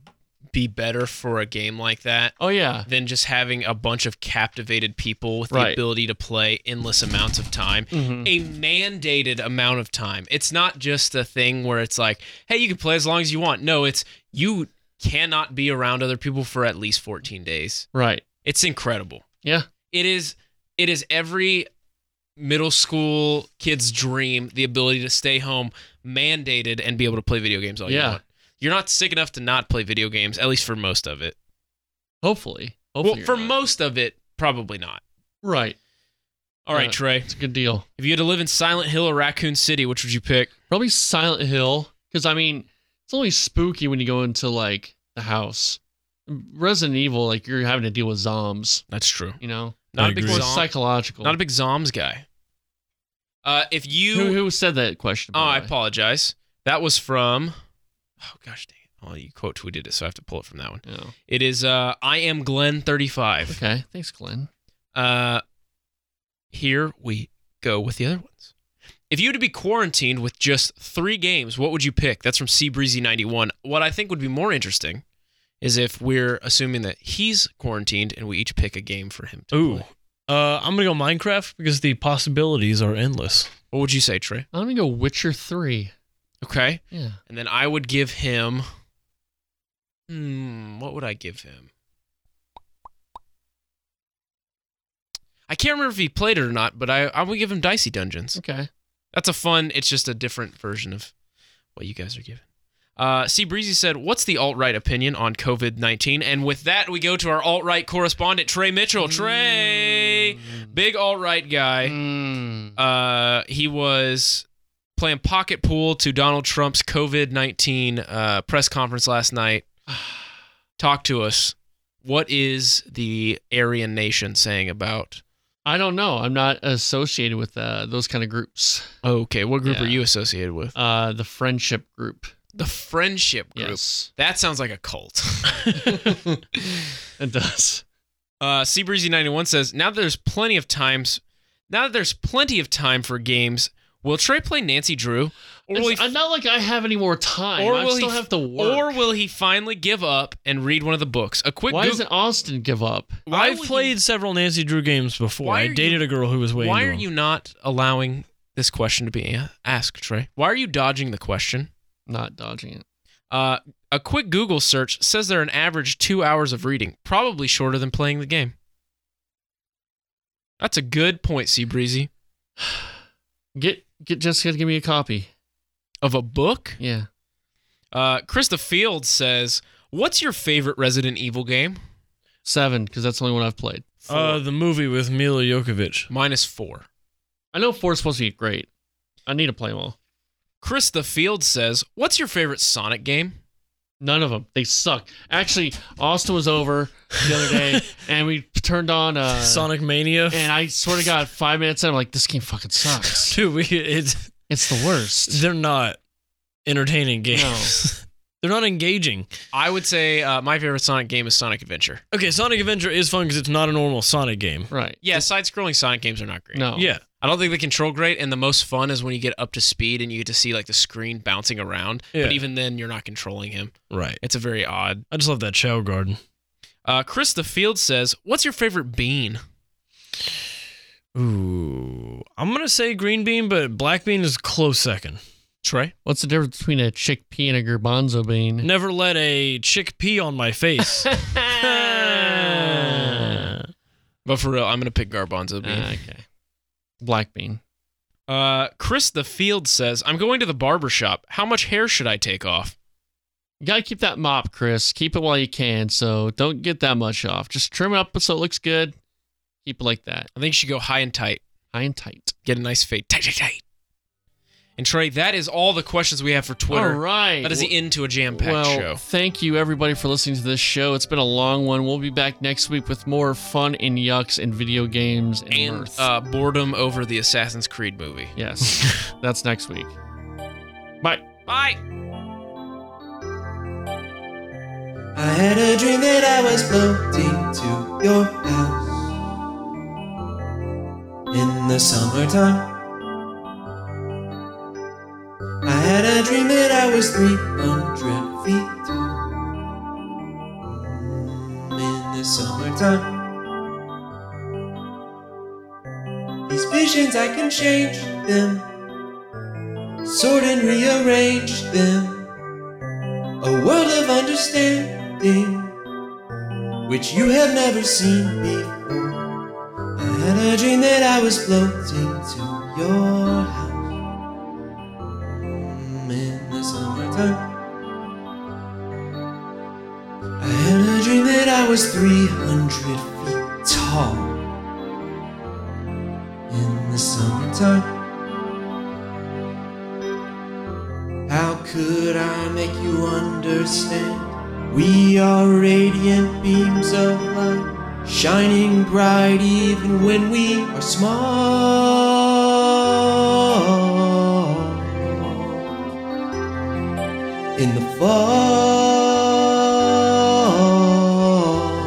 C: be better for a game like that
B: oh, yeah.
C: than just having a bunch of captivated people with the
B: Right.
C: ability to play endless amounts of time. A mandated amount of time. It's not just a thing where it's like, hey, you can play as long as you want. No, it's you cannot be around other people for at least 14 days.
B: Right.
C: It's incredible.
B: Yeah.
C: it is it is every middle school kid's dream the ability to stay home mandated and be able to play video games all you
B: Yeah.
C: want. You're not sick enough to not play video games, at least for most of it.
B: Hopefully.
C: Well,
B: Hopefully. you're
C: for
B: not.
C: most of it, probably not.
B: Right.
C: All right,
B: Uh,
C: Trey.
B: It's a good deal.
C: If you had to live in Silent Hill or Raccoon City, which would you pick?
B: Probably Silent Hill because, I mean, it's only spooky when you go into, like, the house. Resident Evil, like, you're having to deal with zombies,
C: That's true.
B: you know?
D: I
C: Not a big
D: agree.
B: More
C: zom-
B: psychological.
C: not a big Zoms guy. Uh, if you
B: who, who said that question? by
C: Oh,
B: the
C: I
B: way?
C: apologize. That was from Oh gosh dang it. Oh, you quote tweeted it, so I have to pull it from that one.
B: Oh,
C: It is uh I am Glenn 35.
B: okay. Thanks, Glenn.
C: Uh here we go with the other ones. If you had to be quarantined with just 3 games, what would you pick? That's from Seabreezy 91. What I think would be more interesting is if we're assuming that he's quarantined and we each pick a game for him to
D: Ooh.
C: play.
D: Uh, I'm going to go Minecraft because the possibilities are endless.
C: What would you say, Trey?
B: I'm gonna go Witcher three.
C: Okay.
B: Yeah.
C: And then I would give him. Hmm, what would I give him? I can't remember if he played it or not, but I, I would give him Dicey Dungeons.
B: Okay.
C: That's a fun, it's just a different version of what you guys are giving. Uh, C Breezy said, What's the alt right opinion on COVID 19? And with that, we go to our alt right correspondent, Trey Mitchell. Trey, big alt right guy. Uh, he was playing pocket pool to Donald Trump's COVID 19 uh, press conference last night. Talk to us. What is the Aryan nation saying about
B: I don't know. I'm not associated with uh, those kind of groups.
C: Okay, what group
B: Yeah.
C: are you associated with?
B: Uh, the friendship group.
C: The friendship group.
B: Yes.
C: That sounds like a cult.
B: It does.
C: Uh, Seabreezy91 says, now that there's plenty of times, now that there's plenty of time for games, will Trey play Nancy Drew? Or will, he,
B: It's- I'm not like I have any more time.
C: or
B: I
C: will
B: still
C: he-
B: have to work.
C: Or will he finally give up and read one of the books? A quick
B: Why
C: Goog-
B: doesn't Austin give up?
C: Why
D: I've
C: would
D: played several Nancy Drew games before.
C: Why are
D: I
C: you-
D: dated a girl who was way.
C: Why
D: into
C: are
D: them.
C: you not allowing this question to be a- asked, Trey? Why are you dodging the question?
B: Not dodging it.
C: Uh, a quick Google search says they're an average two hours of reading, probably shorter than playing the game. That's a good point, Seabreezy.
B: Get get Jessica to give me a copy.
C: Of a book?
B: Yeah.
C: Uh, Krista Fields says, "What's your favorite Resident Evil game?"
B: Seven, because that's the only one I've played.
D: Uh, the movie with Mila Jokovic.
C: Minus four.
B: I know four's supposed to be great. I need to play them all.
C: Krista Fields says, "What's your favorite Sonic game?"
B: None of them. They suck. Actually, Austin was over the other day, and we turned on uh,
D: Sonic Mania.
B: And I swear to God, five minutes in, I'm like, this game fucking sucks.
D: Dude, we, it's
B: It's the worst.
D: they're not entertaining games. they're not engaging.
C: I would say uh, my favorite Sonic game is Sonic Adventure.
D: Okay, Sonic Adventure is fun because it's not a normal Sonic game.
B: Right.
C: Yeah, side-scrolling Sonic games are not great.
B: No.
D: Yeah,
C: I don't think they control great, and the most fun is when you get up to speed and you get to see like the screen bouncing around.
D: Yeah.
C: But even then, you're not controlling him.
D: right.
C: It's a very odd.
D: I just love that shower garden.
C: Uh, Krista Fields says, "What's your favorite bean?"
D: Ooh, I'm gonna say green bean, but black bean is close second.
C: Trey.
B: What's the difference between a chickpea and a garbanzo bean?
D: Never let a chickpea on my face.
C: But for real, I'm gonna pick garbanzo bean.
B: Ah, okay. Black bean.
C: Uh, Chris the Field says, "I'm going to the barber shop. How much hair should I take off?"
B: You gotta keep that mop, Chris. Keep it while you can. So don't get that much off. Just trim it up so it looks good. Keep it like that,
C: I think she should go high and tight,
B: high and tight.
C: get a nice fade, tight, tight, tight. And Trey, that is all the questions we have for Twitter.
B: All right.
C: That is the end to a jam-packed
B: well,
C: show.
B: thank you everybody for listening to this show. It's been a long one. We'll be back next week with more fun and yucks and video games and,
C: And
B: mirth.
C: uh, boredom over the Assassin's Creed movie.
B: yes, that's next week. Bye.
C: Bye.
E: I had a dream that I was floating to your house in the summertime. I had a dream that I was 300 feet tall Mm, in the summertime. These visions, I can change them, sort and rearrange them a world of understanding which you have never seen before. I had a dream that I was floating to your house Mm, in the summertime. I had a dream that I was 300 feet tall in the summertime. How could I make you understand? We are radiant beams of light, shining bright even when we are small. In the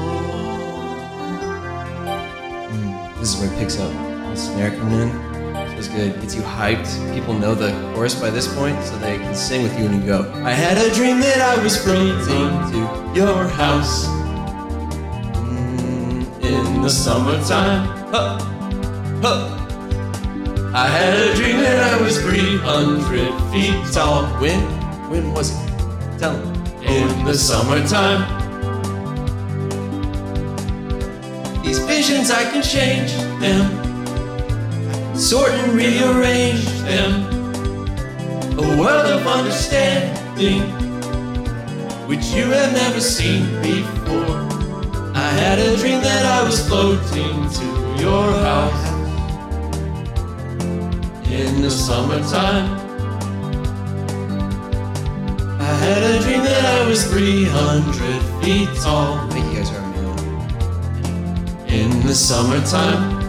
E: fall. Mm, this is where it picks up. The snare coming in. Feels good. Gets you hyped. People know the chorus by this point, so they can sing with you when you go. I had a dream that I was floating to your house Mm, in the summertime. Huh. Huh. I had a dream that I was 300 feet tall. When? When was it? Tell me. In the summertime. These visions, I can change them, sort and rearrange them. A world of understanding, which you have never seen before. I had a dream that I was floating to your house in the summertime. I had a dream that I was 300 feet tall. I think you guys are in the summertime.